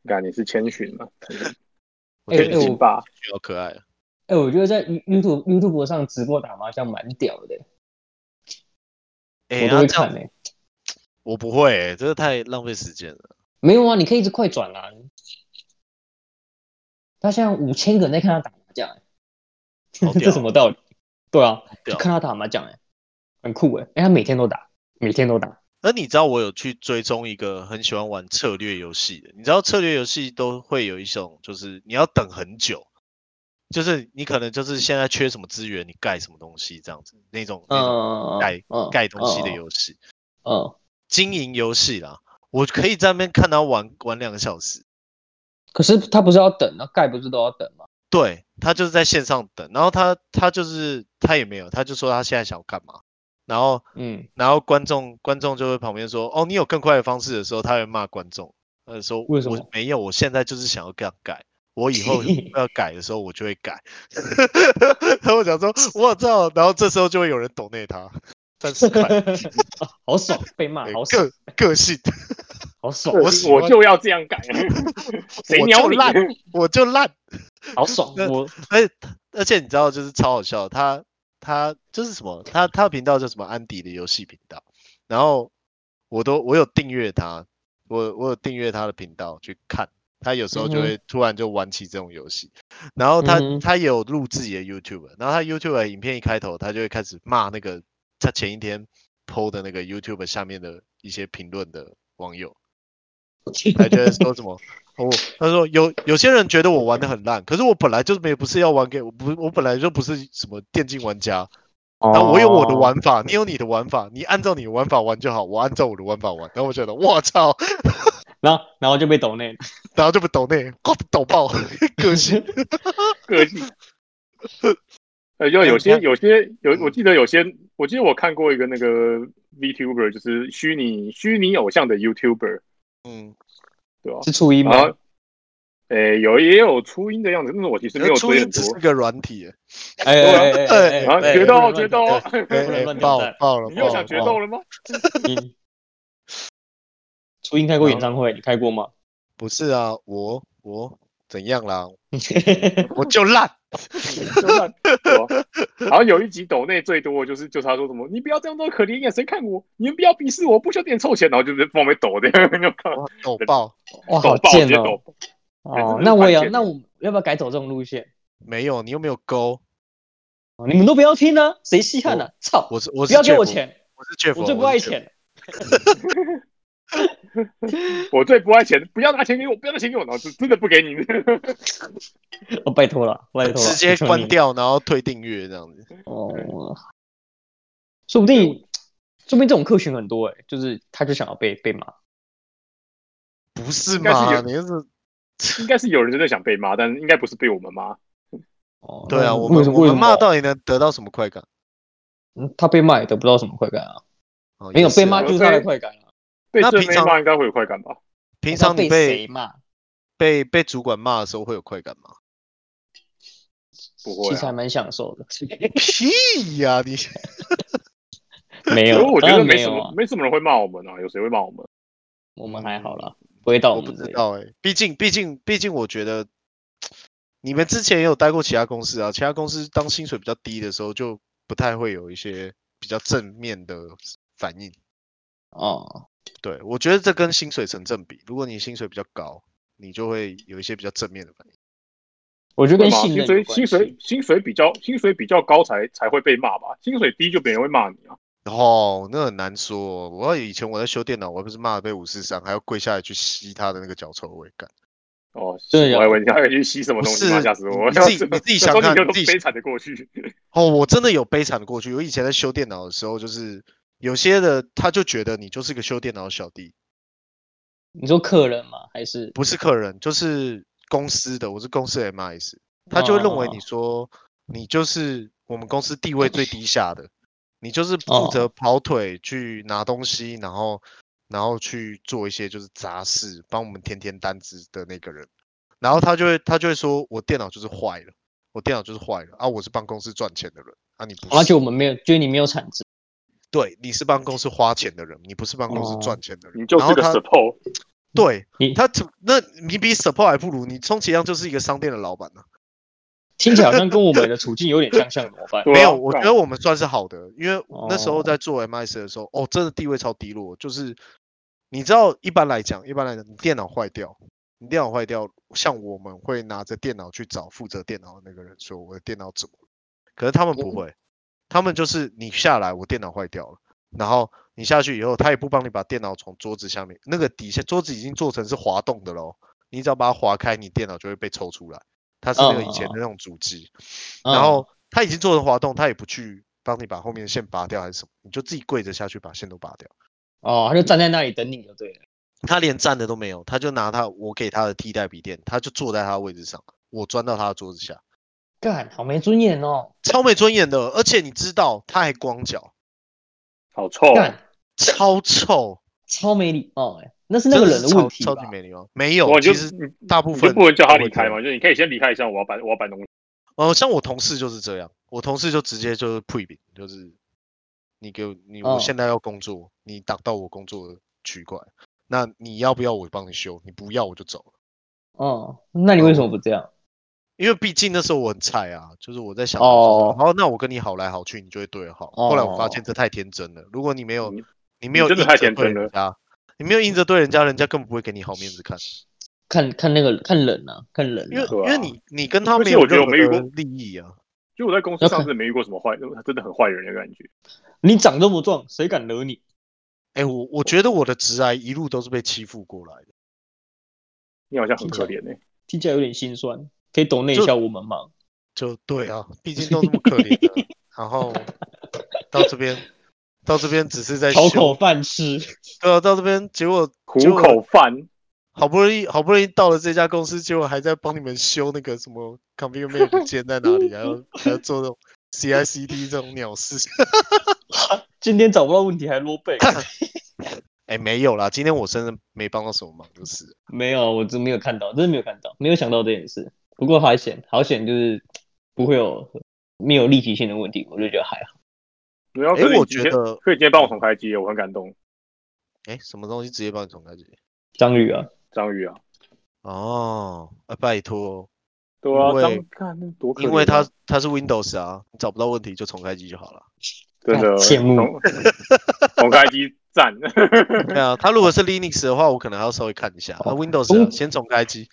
感觉你是千寻嘛？
我觉
哎
得
哎
你
我
进
金爸，
去好可爱啊。
哎、我觉得在 You- YouTube YouTube 上直播打麻将蛮屌的，
哎、
我
欸，
都
啊、
会
这
看
样
诶、
我不会、欸，这太浪费时间了。
没有啊，你可以一直快转啊。他现在五千个人在看他打麻将、欸，
好屌
这什么道理？对啊，
屌
就看他打麻将，哎，很酷哎、欸，哎、他每天都打，每天都打，
那你知道我有去追踪一个很喜欢玩策略游戏的，你知道策略游戏都会有一种，就是你要等很久，就是你可能就是现在缺什么资源，你盖什么东西这样子那种那种
嗯，
盖
嗯
盖东西的，游戏，
嗯，
经营游戏啦，我可以在那边看他玩玩两个小时，
可是他不是要等啊，盖不是都要等吗？
对他就是在线上等，然后他他就是他也没有，他就说他现在想要干嘛，然后
嗯，
然后观众观众就会旁边说，哦，你有更快的方式的时候，他会骂观众，呃，说
为什
我
么
没有，我现在就是想要这样改，我以后 要改的时候我就会改。 然后我想说，我操，然后这时候就会有人懂内他， 但是 哎
好爽，被骂，好爽，
个个性，
好爽，
哎我喜欢
我就要这样改， 谁
我
鸟
就
你？
烂，我就烂。
好爽，
那
我
而且而且你知道，就是超好笑，他他就是什么，他他的频道叫什么安迪的游戏频道，然后我都我有订阅他，我我有订阅他的频道去看，他有时候就
嗯哼
会突然就玩起这种游戏，然后他、
嗯哼
他也有录自己的 YouTube，然后他 YouTube 的影片一开头，他就会开始骂那个他前一天 PO 的那个 YouTube 下面的一些评论的网友，他就会说什么。哦，他说有有些人觉得我玩的很烂，可是我本来就没不是要玩给我不我本来就不是什么电竞玩家，那我有我的
哦
玩法，你有你的玩法，你按照你的玩法玩就好，我按照我的玩法玩。然后我觉得我操，
然后然后就被抖内，
然后就被抖内，哇抖爆， 个性。
个性。 呃，就有些有些有，我记得有些，我记得我看过一个那个 VTuber，就是虚拟虚拟偶像的 YouTuber，
嗯，
对吧？
是初一
然
吗
后？，诶，有也有初音的样子，但是我其实没有
初
追
音
很
只是。
多
个软体耶，
哎哎哎哎，
啊，决斗决斗，
哎
不能
哎
乱
爆
挑战
爆了，
你又
爆了
想决
爆
斗
了！
了 吗？
你初音开过演唱会，你开过吗？
不是啊，我我怎样啦？ 我就烂，
然后啊有一集抖内最多的就是就是他说什么，你不要这样做可怜眼神看我，你们不要鄙视我，不需要点臭钱，然后就是往被抖的， 就看
我抖爆，
哇，
抖
好
爆，直
贱
接
哦！
抖。
哦
对，
那我也要，
这是很
那我要不要改走这种路线？
没有，你又没有勾，
哦你们都不要听啊，谁稀罕呢？操！
我是我
不
是
要给
Jeff，
我钱，
我是 Jeff，
我最不爱钱。
我最不爱钱，不要拿钱给我，不要拿钱给我，然后就真的不给你。
哦，拜托了，拜托了，
我是 Jeff，直接
求
关
你
掉，然后退订阅这样子。
哦。说不定，说不定这种客群很多哎，就是他就想要被被骂。
不是
应该是
嘛？
有
你就是
应该是有人真的想被骂，但应该不是被我们骂。
哦，
对
那
啊，我
为
们
什么
我
为什
们骂
么
到底能得到什么快感？
嗯他被骂也得不到什么快感啊？
哦
没有
也是
被
啊
骂就是他的快感啊。
被
那
正
平
妹
常
骂应该会有快感吧？
平常你
被
被
谁骂？
被被主管骂的时候会有快感吗？
不
其
会
实还
啊。
蛮享受的。
屁呀、你
没有
可是，我觉
当然
得没
没
什
有
么，
啊，
没什么人会骂我们啊，有谁会骂我们？
我们还好啦，不会到
嗯我
们
不
这
知
里。
道哎、毕竟毕竟毕竟，我觉得你们之前也有待过其他公司啊，其他公司当薪水比较低的时候，就不太会有一些比较正面的反应。
哦，
对我觉得这跟薪水成正比，如果你薪水比较高，你就会有一些比较正面的反应。
我觉得
对
跟
吗？
信
薪
任有
水
关
薪水
系
薪水比较薪水比较高才才会被骂吧，薪水低就别人会骂你啊。
哦，那很难说哦。我以前我在修电脑，我还不是骂得被五四三，还要跪下来去吸他的那个脚臭味，干。
哦，
真的
我
假的
还以为你要去吸什么东
啊不
西
是
吗？吓死我！
你自 己你自己想看
那时候你就
自己
都悲惨的过去。
哦，我真的有悲惨的过去。我以前在修电脑的时候，就是有些的他就觉得你就是个修电脑的小弟，
你说客人吗？还是
不是客人，就是公司的，我是公司的 MIS，他就会认
哦
为你说你就是我们公司地位最低下的，你就是负
哦
责跑腿去拿东西，然后然后去做一些就是杂事，帮我们填填单子的那个人，然后他就会他就会说我电脑就是坏了，我电脑就是坏了啊，我是帮公司赚钱的人啊，你不
而且
是，
我们没有，觉得你没有产值，
对，你是帮公司花钱的人，你不是帮公司
哦
赚钱的人，
你就
然
是
后
个
他
support，
对
你
他怎么，那你比 support 还不如，你充其量就是一个商店的老板啊呢、
听起来好像跟我们的处境有点相像，怎么办？
对
没
啊
有，我觉
干
得我们算是好的，因为那时候
哦
在做 MS 的时候，哦，真的地位超低落，就是你知道，一般来讲，一般来讲，你电脑坏掉，你电脑坏掉，像我们会拿着电脑去找负责电脑的那个人说我的电脑怎么了，可是他们
嗯
不会，他们就是你下来，我电脑坏掉了，然后你下去以后，他也不帮你把电脑从桌子下面那个底下，桌子已经做成是滑动的喽，你只要把它滑开，你电脑就会被抽出来，它是那个以
嗯
前的那种主机。
嗯
然后他已经做了滑动，他也不去帮你把后面的线拔掉还是什么，你就自己跪着下去把线都拔掉。
哦，他就站在那里等你就对了。
他连站的都没有，他就拿他我给他的替代笔电，他就坐在他的位置上，我钻到他的桌子下，
干，好没尊严哦！
超没尊严的。而且你知道他还光脚，
好臭哦，
干，
超臭，
超没礼貌哎，那是那
真
个
的
人
是
的问
超
题
超
吧？
级没礼貌。没有
我，就
其实
哦你
大部
你就
分
不能叫他
都
离
会这
开
样
嘛？就是你可以先离开一下，我要搬我要搬东西。
呃，像我同事就是这样，我同事就直接就是退饼，就是你给我你我
哦
现在要工作，你挡到我工作的区块，那你要不要我帮你修？你不要我就走了，
哦，那你为什么不这样？
因为毕竟那时候我很菜啊，就是我在想的就是说，
哦
好，那我跟你好来好去，你就会对好。后来我发现这太天真了，如果你没有
你
你
你
没有
真的
硬
太
着
天
对
真
人
了
家，你没有硬着对人家，人家根本不会给你好面子看，
啊
看看那个看人啊，看人
因为
啊。
对
因为
啊
你你跟他
而
没
且
有
我觉得
任
我
何
没遇过
利益啊。
就我在公司上真的没遇过什么坏，真的很坏人的感觉。
你长这么壮，谁敢惹你？
哎，我我觉得我的直癌一路都是被欺负过来的。
你好像很可怜欸呢、
听起来有点心酸，可以懂那一
就
下我们吗？
就对啊，毕竟都那么可怜的，然后到这边，到这边只是在
讨
修
口饭吃，
对啊，到这边结果
苦
结果
口饭，
好不容易好不容易到了这家公司，结果还在帮你们修那个什么 computer m a 的键在哪里，还要还要做那种 CICD 这种鸟事。
今天找不到问题还落 背。
哎，没有啦，今天我真的没帮到什么忙，就是了
没有，我真没有看到，真的没有看到，没有想到这件事。不过好险，好险就是不会有没有立体性的问题，我就觉得还好。
然后
哎
哦可是你
我觉
今天
得
可以今天帮我重开机，我很感动。
哎，什么东西直接帮你重开机？
章鱼啊，
章鱼啊，
哦，啊，拜托，
对啊
因，为
章看那多可怜啊、
因为它它是 Windows 啊，你找不到问题就重开机就好了。
真的
羡慕
重重开机 赞，
对啊，它如果是 Linux 的话，我可能还要稍微看一下。那 Windows 啊
公
先重开机，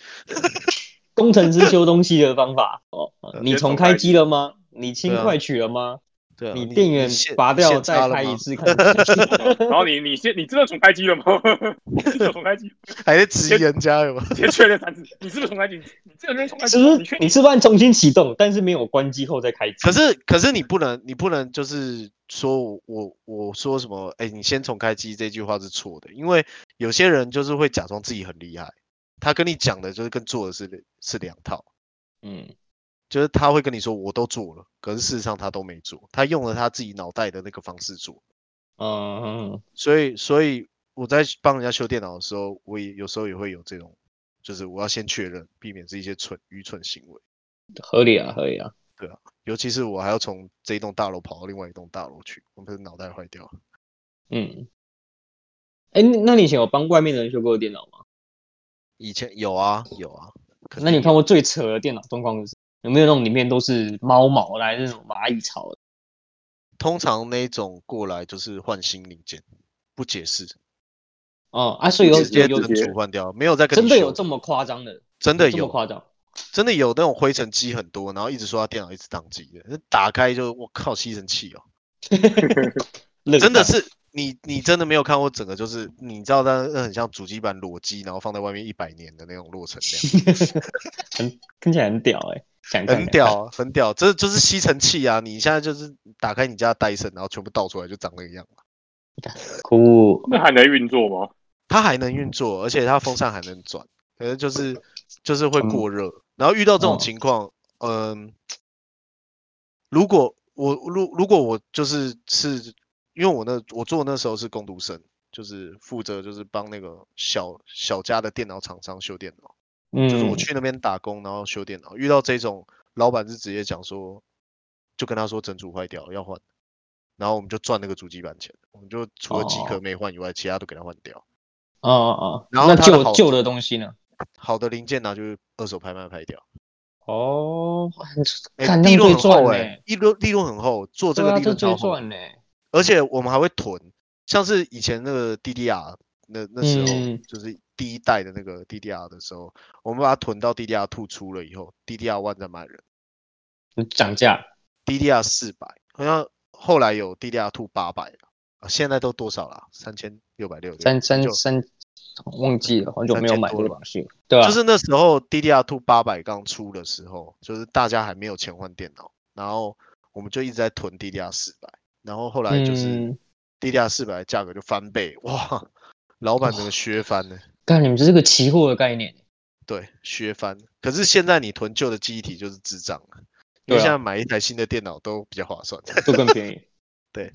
工程师修东西的方法哦。你
呃
先重
重
开
开
机
机了吗？你轻
对啊
快取了吗？
对啊，
你电源
线
拔
线
掉
插
再
了
开
吗
一次看看。
然后你你先你真的重开机了吗？你真的重开机，
还在质疑人家有 吗？
先确认三次，你是不是重开机？你真的认重开
是
机？
不是
你确？定
你是不是重新启动，但是没有关机后再开机？
可是可是你不能你不能就是说我我我说什么哎、你先重开机这句话是错的，因为有些人就是会假装自己很厉害，他跟你讲的就是跟做的是是两套，
嗯，
就是他会跟你说我都做了，可是事实上他都没做，他用了他自己脑袋的那个方式做，
嗯，
所以所以我在帮人家修电脑的时候，我也有时候也会有这种，就是我要先确认，避免是一些蠢愚蠢行为。
合理啊，合理啊。
尤其是我还要从这一栋大楼跑到另外一栋大楼去，我不是脑袋坏掉。
嗯，哎，那那你以前有帮外面的人修过电脑吗？
以前有啊有啊，可
那你看过最扯的电脑状况是什么有没有那种里面都是猫毛来那种蚂蚁草的？
通常那种过来就是换新零件，不解释，
哦啊，所以有
直接
有有
整组换掉，没有再跟
真
你
的
修
有这么夸张的，
真的
这么
有
夸张？
真的有那种灰尘积很多，然后一直说他电脑一直宕机的，打开就我靠吸尘器哦，真的是你你真的没有看过整个就是你知道它那很像主机板裸机，然后放在外面一百年的那种落成量，
很听起来很屌哎、想看
很屌啊很屌，这就是吸尘器啊！你现在就是打开你家的戴森，然后全部倒出来就长那个样了。
酷，
那还能运作吗？
它还能运作，而且它风扇还能转，可是就是就是会过热。然后遇到这
嗯
种
哦
情况，嗯、如果我如如果我就是是因为我那我做的那时候是工读生，就是负责就是帮那个小小家的电脑厂商修电脑，
嗯，
就是我去那边打工，然后修电脑，遇到这种老板是直接讲说，就跟他说整组坏掉要换，然后我们就赚那个主机板钱，我们就除了机壳
哦
没换以外，其他都给他换掉。
哦哦哦，
然后
那
它的
旧
好
旧的东西呢？
好的零件拿去二手拍卖拍掉，
哦，
哎、
看
利
那
润
最
很厚
赚
哎、
呢，
利润利润很厚，做这
对
个
啊
利润
最
超厚，
赚呢，
而且我们还会囤，像是以前那个 DDR 那那时候、
嗯
就是第一代的那个 DDR 的时候，我们把它囤到 DDR two 出了以后，DDR one 再卖人
嗯涨价
，DDR 四百好像后来有 DDR two 八百啊，现在都多少啦？三千六百六，
三三
嗯就
三，忘记了，好久没有买这个东西了，对啊吧、
就是那时候 DDR Two 八百刚出的时候，就是大家还没有钱换电脑，然后我们就一直在囤 DDR 四百，然后后来就是
嗯，
DDR 四百价格就翻倍，哇，老板整个削翻了，
看你们这是个期货的概念，
对，削翻。可是现在你囤旧的记忆体就是智障了，因
对
为
啊
现在买一台新的电脑都比较划算。。
就更便宜
对，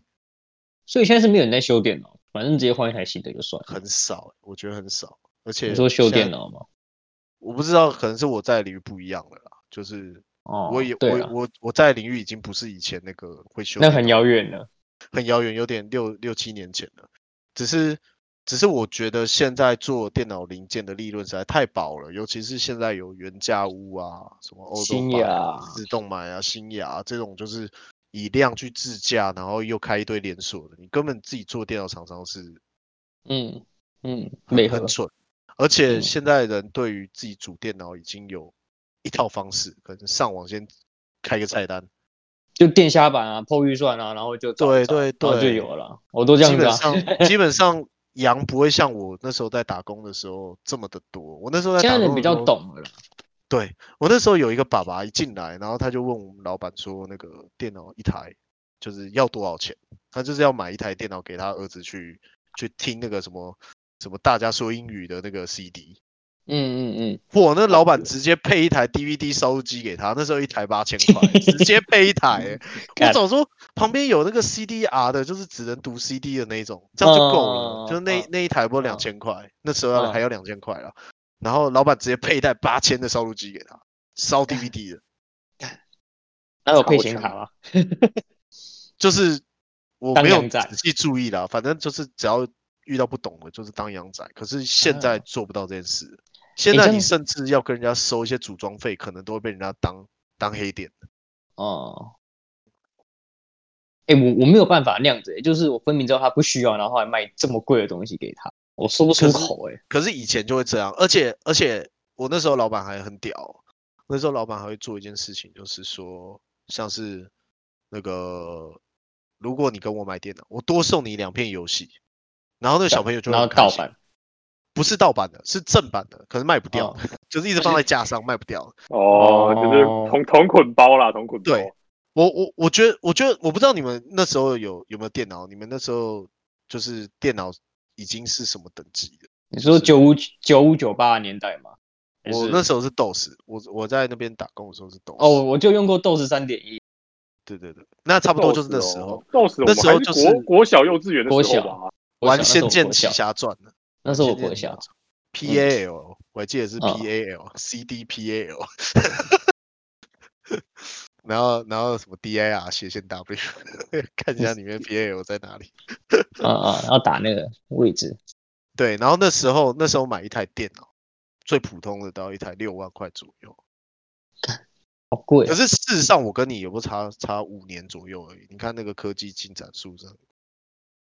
所以现在是没有人在修电脑，反正直接换一台新的就算了。
很少，我觉得很少。而且
你说修
现在
电，脑吗？
我不知道，可能是我在的领域不一样了啦，就是
哦，
我也、
对
我
了，
我我在的领域已经不是以前那个会修
那
电脑
很遥远了。
很遥远，有点六六七年前了。只是只是我觉得现在做电脑零件的利润实在太薄了，尤其是现在有原价屋啊，什么欧洲
新
买
雅
啊、自动买啊、新雅、啊、这种，就是以量去自驾，然后又开一堆连锁的，你根本自己做电脑厂商是
嗯嗯，
很
没合
很蠢。而且
嗯
现在人对于自己组电脑已经有一套方式，可能上网先开个菜单，
就电虾版啊，破预算啊，然后就找
对
找
对
然后就
对
有了啦。我都这样
基
子
本
啊。
上基本上羊不会像我那时候在打工的时候这么的多。我那时候在
现
打
在人
工
比
的时
较
候，
懂了啦。
对我那时候有一个爸爸一进来，然后他就问我们老板说，那个电脑一台就是要多少钱？他就是要买一台电脑给他儿子去去听那个什么什么大家说英语的那个 CD。
嗯嗯嗯，
嚯，那老板直接配一台 DVD 烧录机给他，那时候一台八千 块，直接配一台、欸。我
干
早说旁边有那个 CDR 的，就是只能读 CD 的那一种，这样就够
嗯
了。就那、
嗯
那一台不两千块，那时候要
嗯
还要两千块了。然后老板直接配一台八千的烧录机给他，烧 DVD 的，
那有配
超
显
强
卡吗？
就是我
当
没有
羊仔
仔细注意啦，反正就是只要遇到不懂的，就是当羊仔。可是现在做不到这件事，
啊
现
诶
在
这
你
样
甚至要跟人家收一些组装费，可能都会被人家当当黑点。
哦。哎、我我没有办法那样子、欸，就是我分明知道他不需要，然后还卖这么贵的东西给他，我说不出
可是
口哎、欸。
可是以前就会这样，而且而且我那时候老板还很屌，那时候老板还会做一件事情，就是说像是那个，如果你跟我买电脑，我多送你两片游戏，然后那个小朋友就会
然后
很开
盗
心
版，
不是盗版的，是正版的，可是卖不掉，
哦
就是一直放在架上卖不掉。
哦，就是同同捆包啦，同捆包。
对我我我觉得我觉得我不知道你们那时候有有没有电脑，你们那时候就是电脑已经是什么等级了？
你说
是
九五九五九八年代吗？还
我
是
那时候是 DOS，我我在那边打工的时候是 DOS。
哦，我就用过 DOS 三点一，
对对对，那差不多就是那时候，
逗死我
那
们！
时候
还
就是
国
是
国小幼稚园的
国
时
小
候吧。
我
玩《
小
仙剑奇
那时候
侠传》的。
那时候我
仙剑
国
奇侠
小，
传 PAL，我还记得是
嗯
PAL，CDPAL，然后然后什么 DAR 斜线 W，看一下里面 PAL 在哪里。
啊啊，然后打那个位置，
对，然后那时候那时候买一台电脑，最普通的到一台六万块左右。
好贵
可，是事实上，我跟你有没有差差五年左右而已？你看那个科技进展速度真的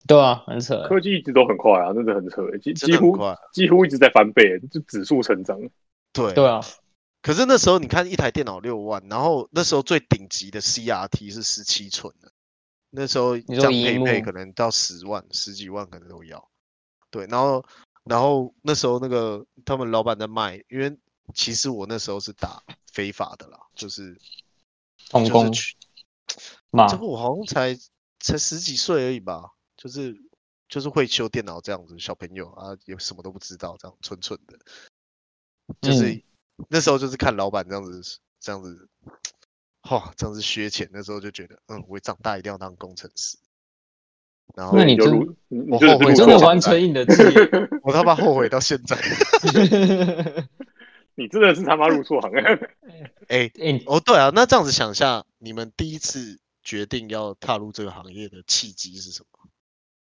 对啊，很扯欸。
科技一直都很快啊，真的很扯，几
真
几
的很
乎
快。啊
欸
哦
几乎一直在翻倍，就指数成长。
对
对啊，
可是那时候你看一台电脑六万，然后那时候最顶级的 CRT 是十七寸的，那时候这
说
样
荧
配
幕
配可能到十万、十几万可能都要。对，然后然后那时候那个他们老板在卖，因为其实我那时候是打非法的啦，就是
童
就是
工
去
嘛
这，个我好像才才十几岁而已吧，就是就是会修电脑这样子，小朋友啊，也什么都不知道，这样蠢蠢的，就是、
嗯
那时候就是看老板这样子这样子，哇，这样子削钱，那时候就觉得，嗯，我长大一定要当工程师。然后
那你
就
真
如你你
我
就是
后悔
如
你真
做
的
果
完
完成你的志愿。
我他妈后悔到现在。
你真的是他妈入错行，欸
哎、
哎、你
哦对啊，那这样子想一下，你们第一次决定要踏入这个行业的契机是什么？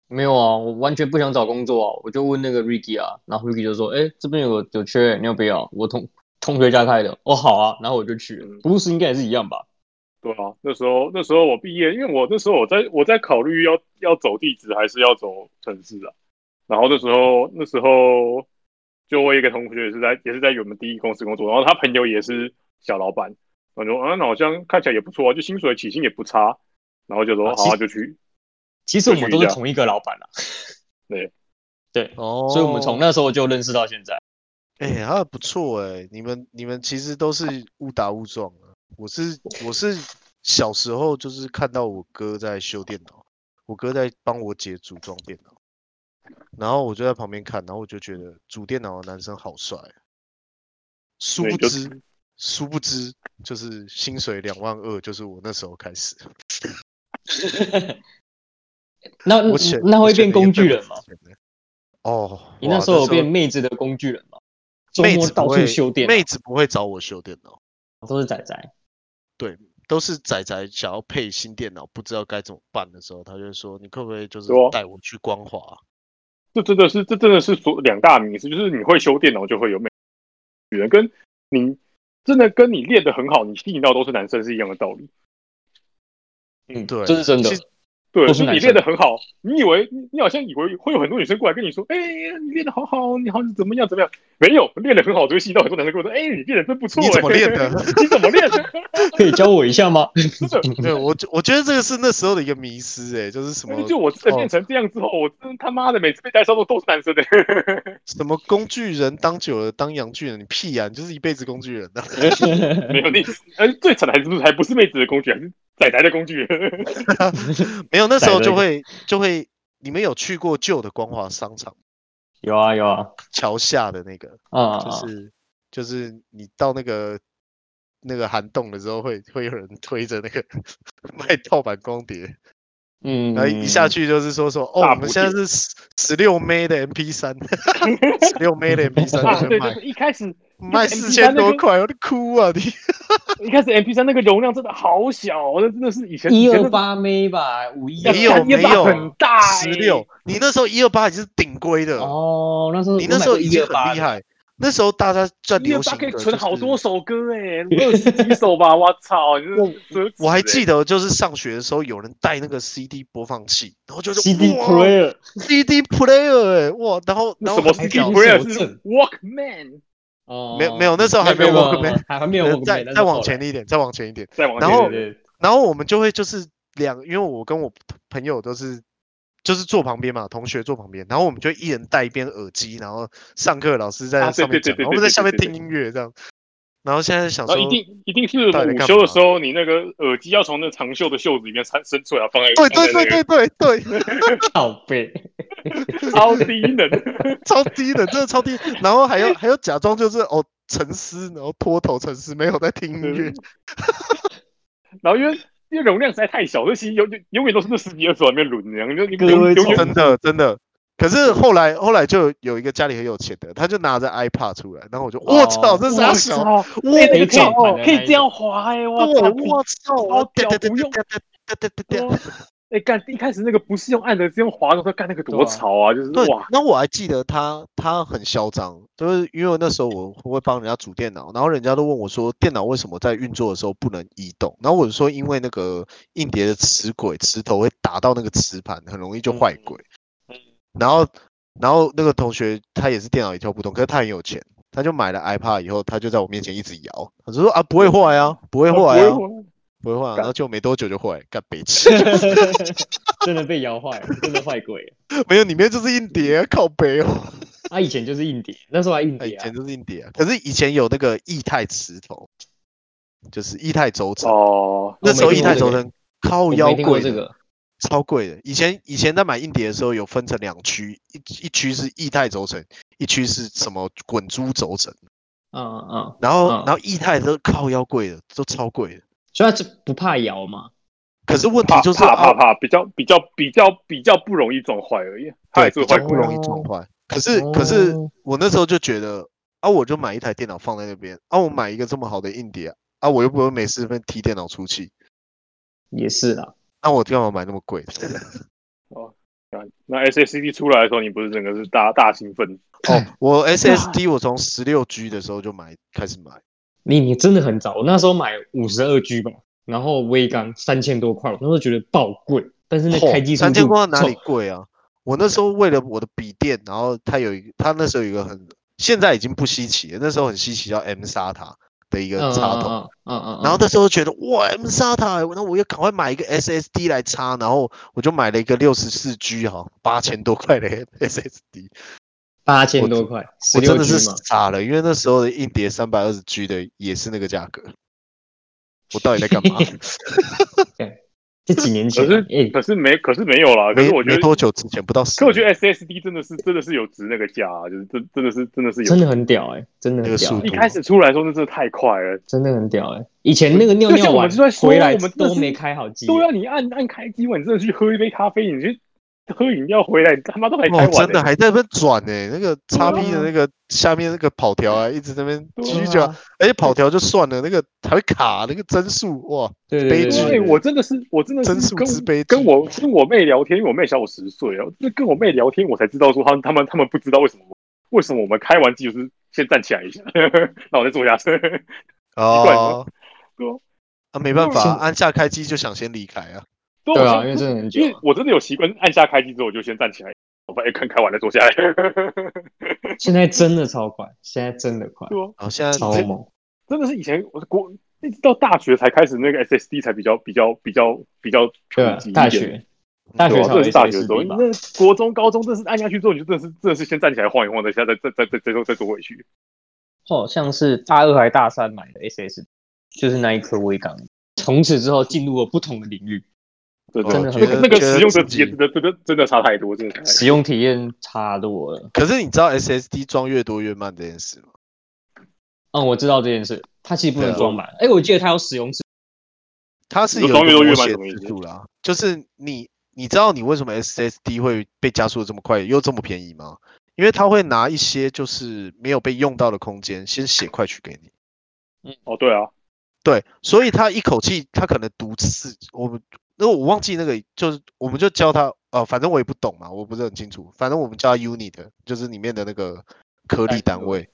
没有啊，我完全不想找工作啊，我就问那个 Ricky 啊，然后 Ricky 就说，哎、这边有有缺，你要不要？我同同学家开的，哦好啊，然后我就去了
嗯。
不是应该也是一样吧？
对啊，那时候那时候我毕业，因为我那时候我在我在考虑要要走地址还是要走城市啊。然后那时候那时候就我一个同学也是在也是在我们第一公司工作，然后他朋友也是小老板，我就嗯，那好像看起来也不错啊，就薪水起薪也不差，然后就说
啊
好、
其
啊、
实
就去，
其实我们都是同一个老板啊，
哦，
所以我们从那时候就认识到现在。
哎、还不错哎、你们你们其实都是误打误撞啊。我是我是小时候就是看到我哥在修电脑，我哥在帮我姐组装电脑，然后我就在旁边看，然后我就觉得组电脑的男生好帅，殊
对
不
就
知殊不知就是薪水两万二，就是我那时候开始，
那
我选
嗯那会变工具人吗
嘛？？哦，
你
哇
那时候有变妹子的工具人吗？ 周
妹
末
子
到
不
处
会
修电脑
妹子不会找我修电脑。
都是仔仔。
都是仔仔想要配新电脑，不知道该怎么办的时候，他就说：“你可不可以就是
对啊
带我去光华
这真的是这真的是所两大迷思，就是你会修电脑就会有美女人，跟你真的跟你练得很好，你吸引到都是男生是一样的道理。
嗯，
对
这是真的
其。实
对，
都
就是你
男
练
生
得很好，你以为你你好像以为会有很多女生过来跟你说，哎、你练得好好，你好你怎么样怎么样？没有，练得很好，就会吸引到很多男生跟我说，哎、你练得真不错、
你怎么
哎
练的？
你怎么练的？
可以教我一下吗？
真的，？”
对我觉，我觉得这个是那时候的一个迷失，哎，就是什么
就我真
哦
的练成这样之后，我真他妈的每次被带上都都是男生的。
什么工具人当久了当洋巨人，你屁啊呀、你就是一辈子工具人啊呐、
没有你，而最惨的还是还不是妹子的工具，还是仔仔的工具。
没有，那时候
宰了
就
一个
会就会，你们有去过旧的光华商场
有啊有啊，
桥下的那个，
啊、
就
啊
是就是你到那个那个涵洞的时候会会有人推着那个 卖盗版光碟。
嗯，
然后一下去就是说说哦，
大
我
补
们现在是十十六枚的 MP 三，十六枚的 MP 三
啊，
在
对，
卖
就是一开始
卖
就是
四
MP3
千多
那个
块，我都哭啊你！
一开始 MP 三那个容量真的好小，哦那真的是以前
一
以前
二
那
八妹吧，五一
要
没有
干一二八
没有
很大欸
十六，你那时候一二八已经是顶规的，
哦，那时候
你那时候已经很厉
害，
害。那时候大家在
一
流
二
行
八
的
可以
就是
存好多首歌哎、二十几首吧，我操！你这
我还记得，就是上学的时候，有人带那个 CD 播放器，然后就是
CD
哇
player，
CD player 哎、哇，然后然
那
后
什么
还
CD
屌
player
是
是
我正
Walkman，
哦，
没有没有那时候还没有 Walkman
还还没有 Walkman，
再
那是
再
后
往
来
前一点，再往前一点，
再往
然后
前
对对
然后我们就会就是两，因为我跟我朋友都是就是坐旁边嘛，同学坐旁边，然后我们就一人戴一边耳机，然后上课老师在
啊对
上面
对
讲，
对对
我们在
对
下
对
面
对
听音乐这样。然后现在想
然后
说，
一
对
定一定是
到底在
午
干
休
嘛
的时候，你那个耳机要从那长袖的袖子里面伸伸出来，放在放
对
在那
对
个
对 对对，
靠背，
超低能的，
超低的，真的超低。然后还要还要假装就是哦沉思，然后脱头沉思，没有在听音乐。
然后因为因为容量实在太小，所以其实永永永远都是那十几二十往里面轮，然后就
各位
永永远
真的真的。可是后来后来就有一个家里很有钱的，他就拿着 iPad 出来，然后我就我操，
哦
这
哇
傻小，
操
我
哎那个
没
可
键盘
以
的
可
那一
以
种
这样滑哎、
哇
我操！
我操！
超屌
对对
不
对
用
对对对对对
哇哎、干一开始那个不是用按的，是用滑的，说干那个多
对啊
潮啊，就是
对
哇，，
那我还记得他，他很嚣张，就是因为那时候我会帮人家组电脑，然后人家都问我说，电脑为什么在运作的时候不能移动？然后我就说，因为那个硬碟的磁轨磁头会打到那个磁盘，很容易就
嗯
坏轨。然后，然后那个同学他也是电脑一窍不通，可是他很有钱，他就买了 iPad 以后，他就在我面前一直摇，他就说啊不会坏啊，不
哦
会坏啊，不会坏、啊，然后就没多久就坏，干北痴，
真的被摇坏了，真的坏鬼了。
没有里面就是硬碟，靠北哦，
他、以前就是硬碟，那时候还嗯硬
哎以
碟啊
前，就是硬碟、啊，可是以前有那个液态磁头，就是液态轴承，
哦，
那时候
我没
液态
听过
轴
这个
承靠
我
腰
没听过
贵
这
的，
个，
超贵的。以前以前在买硬碟的时候，有分成两区，一一区是液态轴承，一区是什么滚珠轴承。
嗯嗯嗯，
然后、
嗯
然后液态都靠腰贵的，都超贵的。
所以他是不怕摇嘛，
可是问题
怕
就是
怕怕
啊，
怕，比较比较比较比较不容易撞坏而已，它
对，比
也是会
较
坏
不
鬼
容
啊。
易撞
哦
坏。可是可是
哦
我那时候就觉得啊，我就买一台电脑放在那边啊，我买一个这么好的硬碟啊，我又不会每次被踢电脑出气，
也是啦。
那我干嘛买那么贵的？
啊那 SSD 出来的时候，你不是整个是大大兴奋？
哦，我 SSD 我从十六 G 的时候就买开始买，
你你真的很早，我那时候买五十二 G 吧，然后微刚三千多块，我那时候觉得爆贵，但是那开机速
三千
度
块哪里
凑
贵啊？我那时候为了我的笔电，然后它有一个，它那时候有一个很，现在已经不稀奇了，那时候很稀奇叫 M 沙塔的一个
嗯
插头，
嗯嗯嗯嗯，
然后那时候觉得哇 M 沙塔，那我又赶快买一个 SSD 来插，然后我就买了一个六十四 G 哈，八千多块的 SSD，
八千多块，十
我
六
真的
G
是
嘛，
傻了，因为那时候的硬碟三百二十 G 的也是那个价格，我到底 在干嘛？
这几年前
可
啊，
是
哎
可是没可是没有啦，可
没
是我觉
没
得，
多久之前，不到十
可我觉
年，
得 SSD 真的是真的是有值那个价啊，就是真真的是真的是有
真。的很屌哎，真的
那
很
个
屌
速
欸，
度
一开始出来的时候，那真的太快了。
真的很屌哎，以前那个尿
就像
尿
我
完
们就在说
回来
我们真的
都没
是
开好机，
对啊，你按按开机嘛，你真的去喝一杯咖啡，你去喝饮料回来，你他妈都还开
哦，
完、欸
真的还在那边转呢、那个
啊
叉 P 的那个下面那个跑条啊，一直在那边
对
继
啊
续叫，而且哎跑条就算了，那个还会卡那个帧数，哇，
对对
悲
对
剧
对
对，
对，
我真的是，我真的
真
是
数
跟
之悲
跟
剧
我跟我妹聊天，因为我妹小我十岁啊，那跟我妹聊天，我才知道说他们他们他们不知道为什么为什么我们开完机就是先站起来一下， 然后再坐下去。怪
哦，
对啊
啊没办法
现
啊，按下开机就想先离开啊，
对
对
我
啊，因
就
为真的很久
因为
啊，
我真的有习惯按下开机之后，我就先站起来，我把哎看开完再坐下来。
现在真的超快，现在真的快，
对啊，
然后现在
超
这
猛，
真的是以前我国一直到大学才开始那个 SSD 才比较比较比较比较
对
普
啊
及一点。
大学大
对
学
啊，
才
这
有
是大学的时候，
SSD 吧
那国中、高中，真是按下去之后，你就真的是真的是先站起来晃一晃，等一下再再再再再再再坐回去。
好哦像是大二还大三买的 SS，就是那一颗微钢。从此之后进入了不同的领域，
对
真
的
对，
觉得
那个那个使用
觉得
的
自己
也真的真的真的差太多，真的差太多
使用体验差多了。
可是你知道 SSD 装越多越慢这件事吗？
嗯，我知道这件事，它其实不能
对啊
装满。哎、我记得它有使用次，
它是
你
有
说装越
一个
多越
磨
慢
写
什么意
制
思
度啦，就是你你知道你为什么 SSD 会被加速的这么快又这么便宜吗？因为它会拿一些就是没有被用到的空间先写快取给你，
哦，对啊，
对，所以它一口气它可能读四，我们那我忘记那个就是我们就教它呃，反正我也不懂嘛，我不是很清楚，反正我们叫它 unit，就是里面的那个颗
单
粒单
位
位，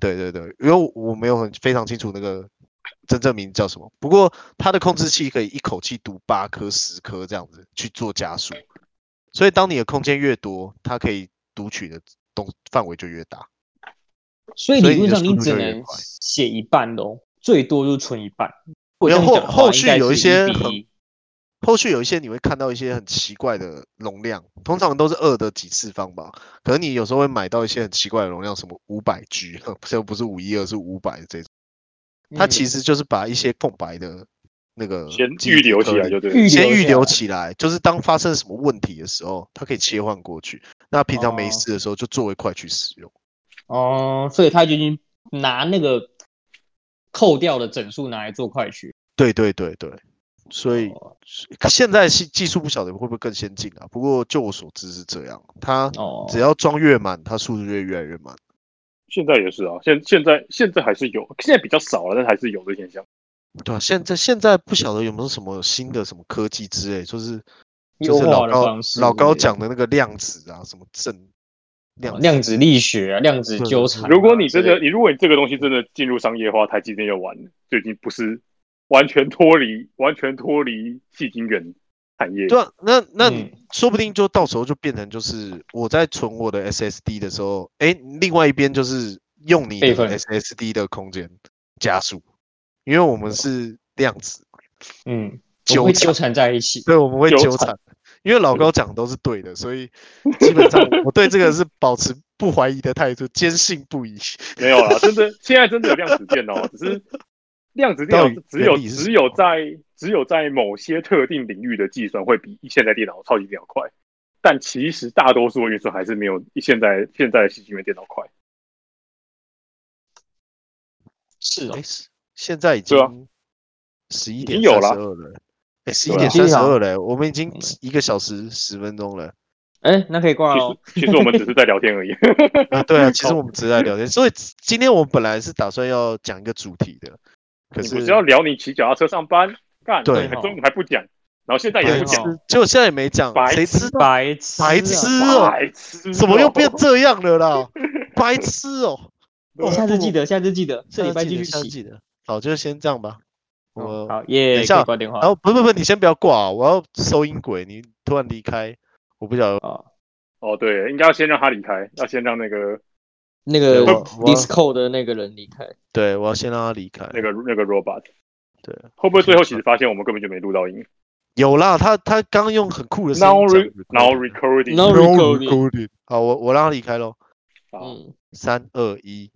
对对对，因为我没有很非常清楚那个真正名字叫什么，不过它的控制器可以一口气读八颗、十颗这样子去做加速，所以当你的空间越多，它可以读取的东范围就越大。
所以
所以
理论上
你
你
的速度
只
就有点
能
快
写一半喽，最多就存一半。我
然后后后续有一
一
些很
比一，
后续有一些你会看到一些很奇怪的容量，通常都是二的几次方吧。可能你有时候会买到一些很奇怪的容量，什么五百 G，这 不是五一二，是五百这种。它
嗯
其实就是把一些空白的那个
先
记忆
预
体
留
颗
起来
粒
就对
嗯预
了。
先预
下
留
来
起来，就是当发生什么问题的时候，它可以切换过去。那平常没
哦
事的时候就作为快去使用。
哦，所以它就已经拿那个扣掉的整数拿来做快取。
对对对对，所以
哦
现在技技术不晓得会不会更先进啊？不过就我所知是这样，它
哦，
只要装越满，它速度越越来越慢。
现在也是啊，现现在现在还是有，现在比较少了，但还是有的现象。
对啊，现在现在不晓得有没有什么新的什么科技之类，就是
优
就是
化
老
的
高
方式
老
之类
高
的
讲的那个量子啊，什么正量
哦量子力学啊，量子
对
纠
对
缠啊。
对
如果你真
这
的，你如果你这个东西真的进入商业化，台积电就完了，就已经不是完全脱离完全脱离细晶圆产业。
对啊，那那你
嗯
说不定就到时候就变成就是我在存我的 SSD 的时候，哎，另外一边就是用你
备
的
份
SSD 的空间加速，因为我
哦
们是量子，
嗯，我
纠
会纠
缠，
缠在一起。
对，我们会
纠
纠
缠
缠。因为老高讲的都是对的，所以基本上我对这个是保持不怀疑的态度，坚信不疑。
没有啦，真的，现在真的有量子电 脑，只是量子电
到
脑
底
只有
原理是什么
只有在只有在某些特定领域的计算会比现在电脑超级电脑快，但其实大多数的运算还是没有现在现在的细晶圆电脑快。
是哦
哎，，是现在已
对啊
经十一
已
点
经有
三
了
十二了，哎，十一点
对啊
三十二了，我们已经
嗯
一个小时十分钟 了。
哎，那可以挂
其
了哦。
实其实我们只是在聊天而已。
啊，对啊，其实我们只是在聊天，所以今天我们本来是打算要讲一个主题的， 可
你
是
不是要聊你骑脚踏车上班，干，
对
还中午还不讲，然后现在也
白
不
对
痴
讲，
哦，
就现在也没讲，
白
谁
痴
知道
白痴啊，
白痴哦
白痴哦，
怎么又变这样了 啦？白痴哦！
我下次记得，下次记得，这礼拜继续
下次
洗。
记得，好，就先这样吧。我
嗯好耶，
等一下
可以挂电话。
然后不不不，你先不要挂啊，我要收音轨，你突然离开，我不晓得。
哦，
哦，对，应该要先让他离开，要先让那个
那
对
个
我我
Discord 的那个人离开，
对，我要先让他离开。
那个那个 robot。
对，嗯
会不会最后其实发现我们根本就没录到音
有啦，他他刚用很酷的声
？Now
音讲
re now
recording
recording
No
No
recording
recording。好，我我让他离开喽。
好
嗯。
三二一。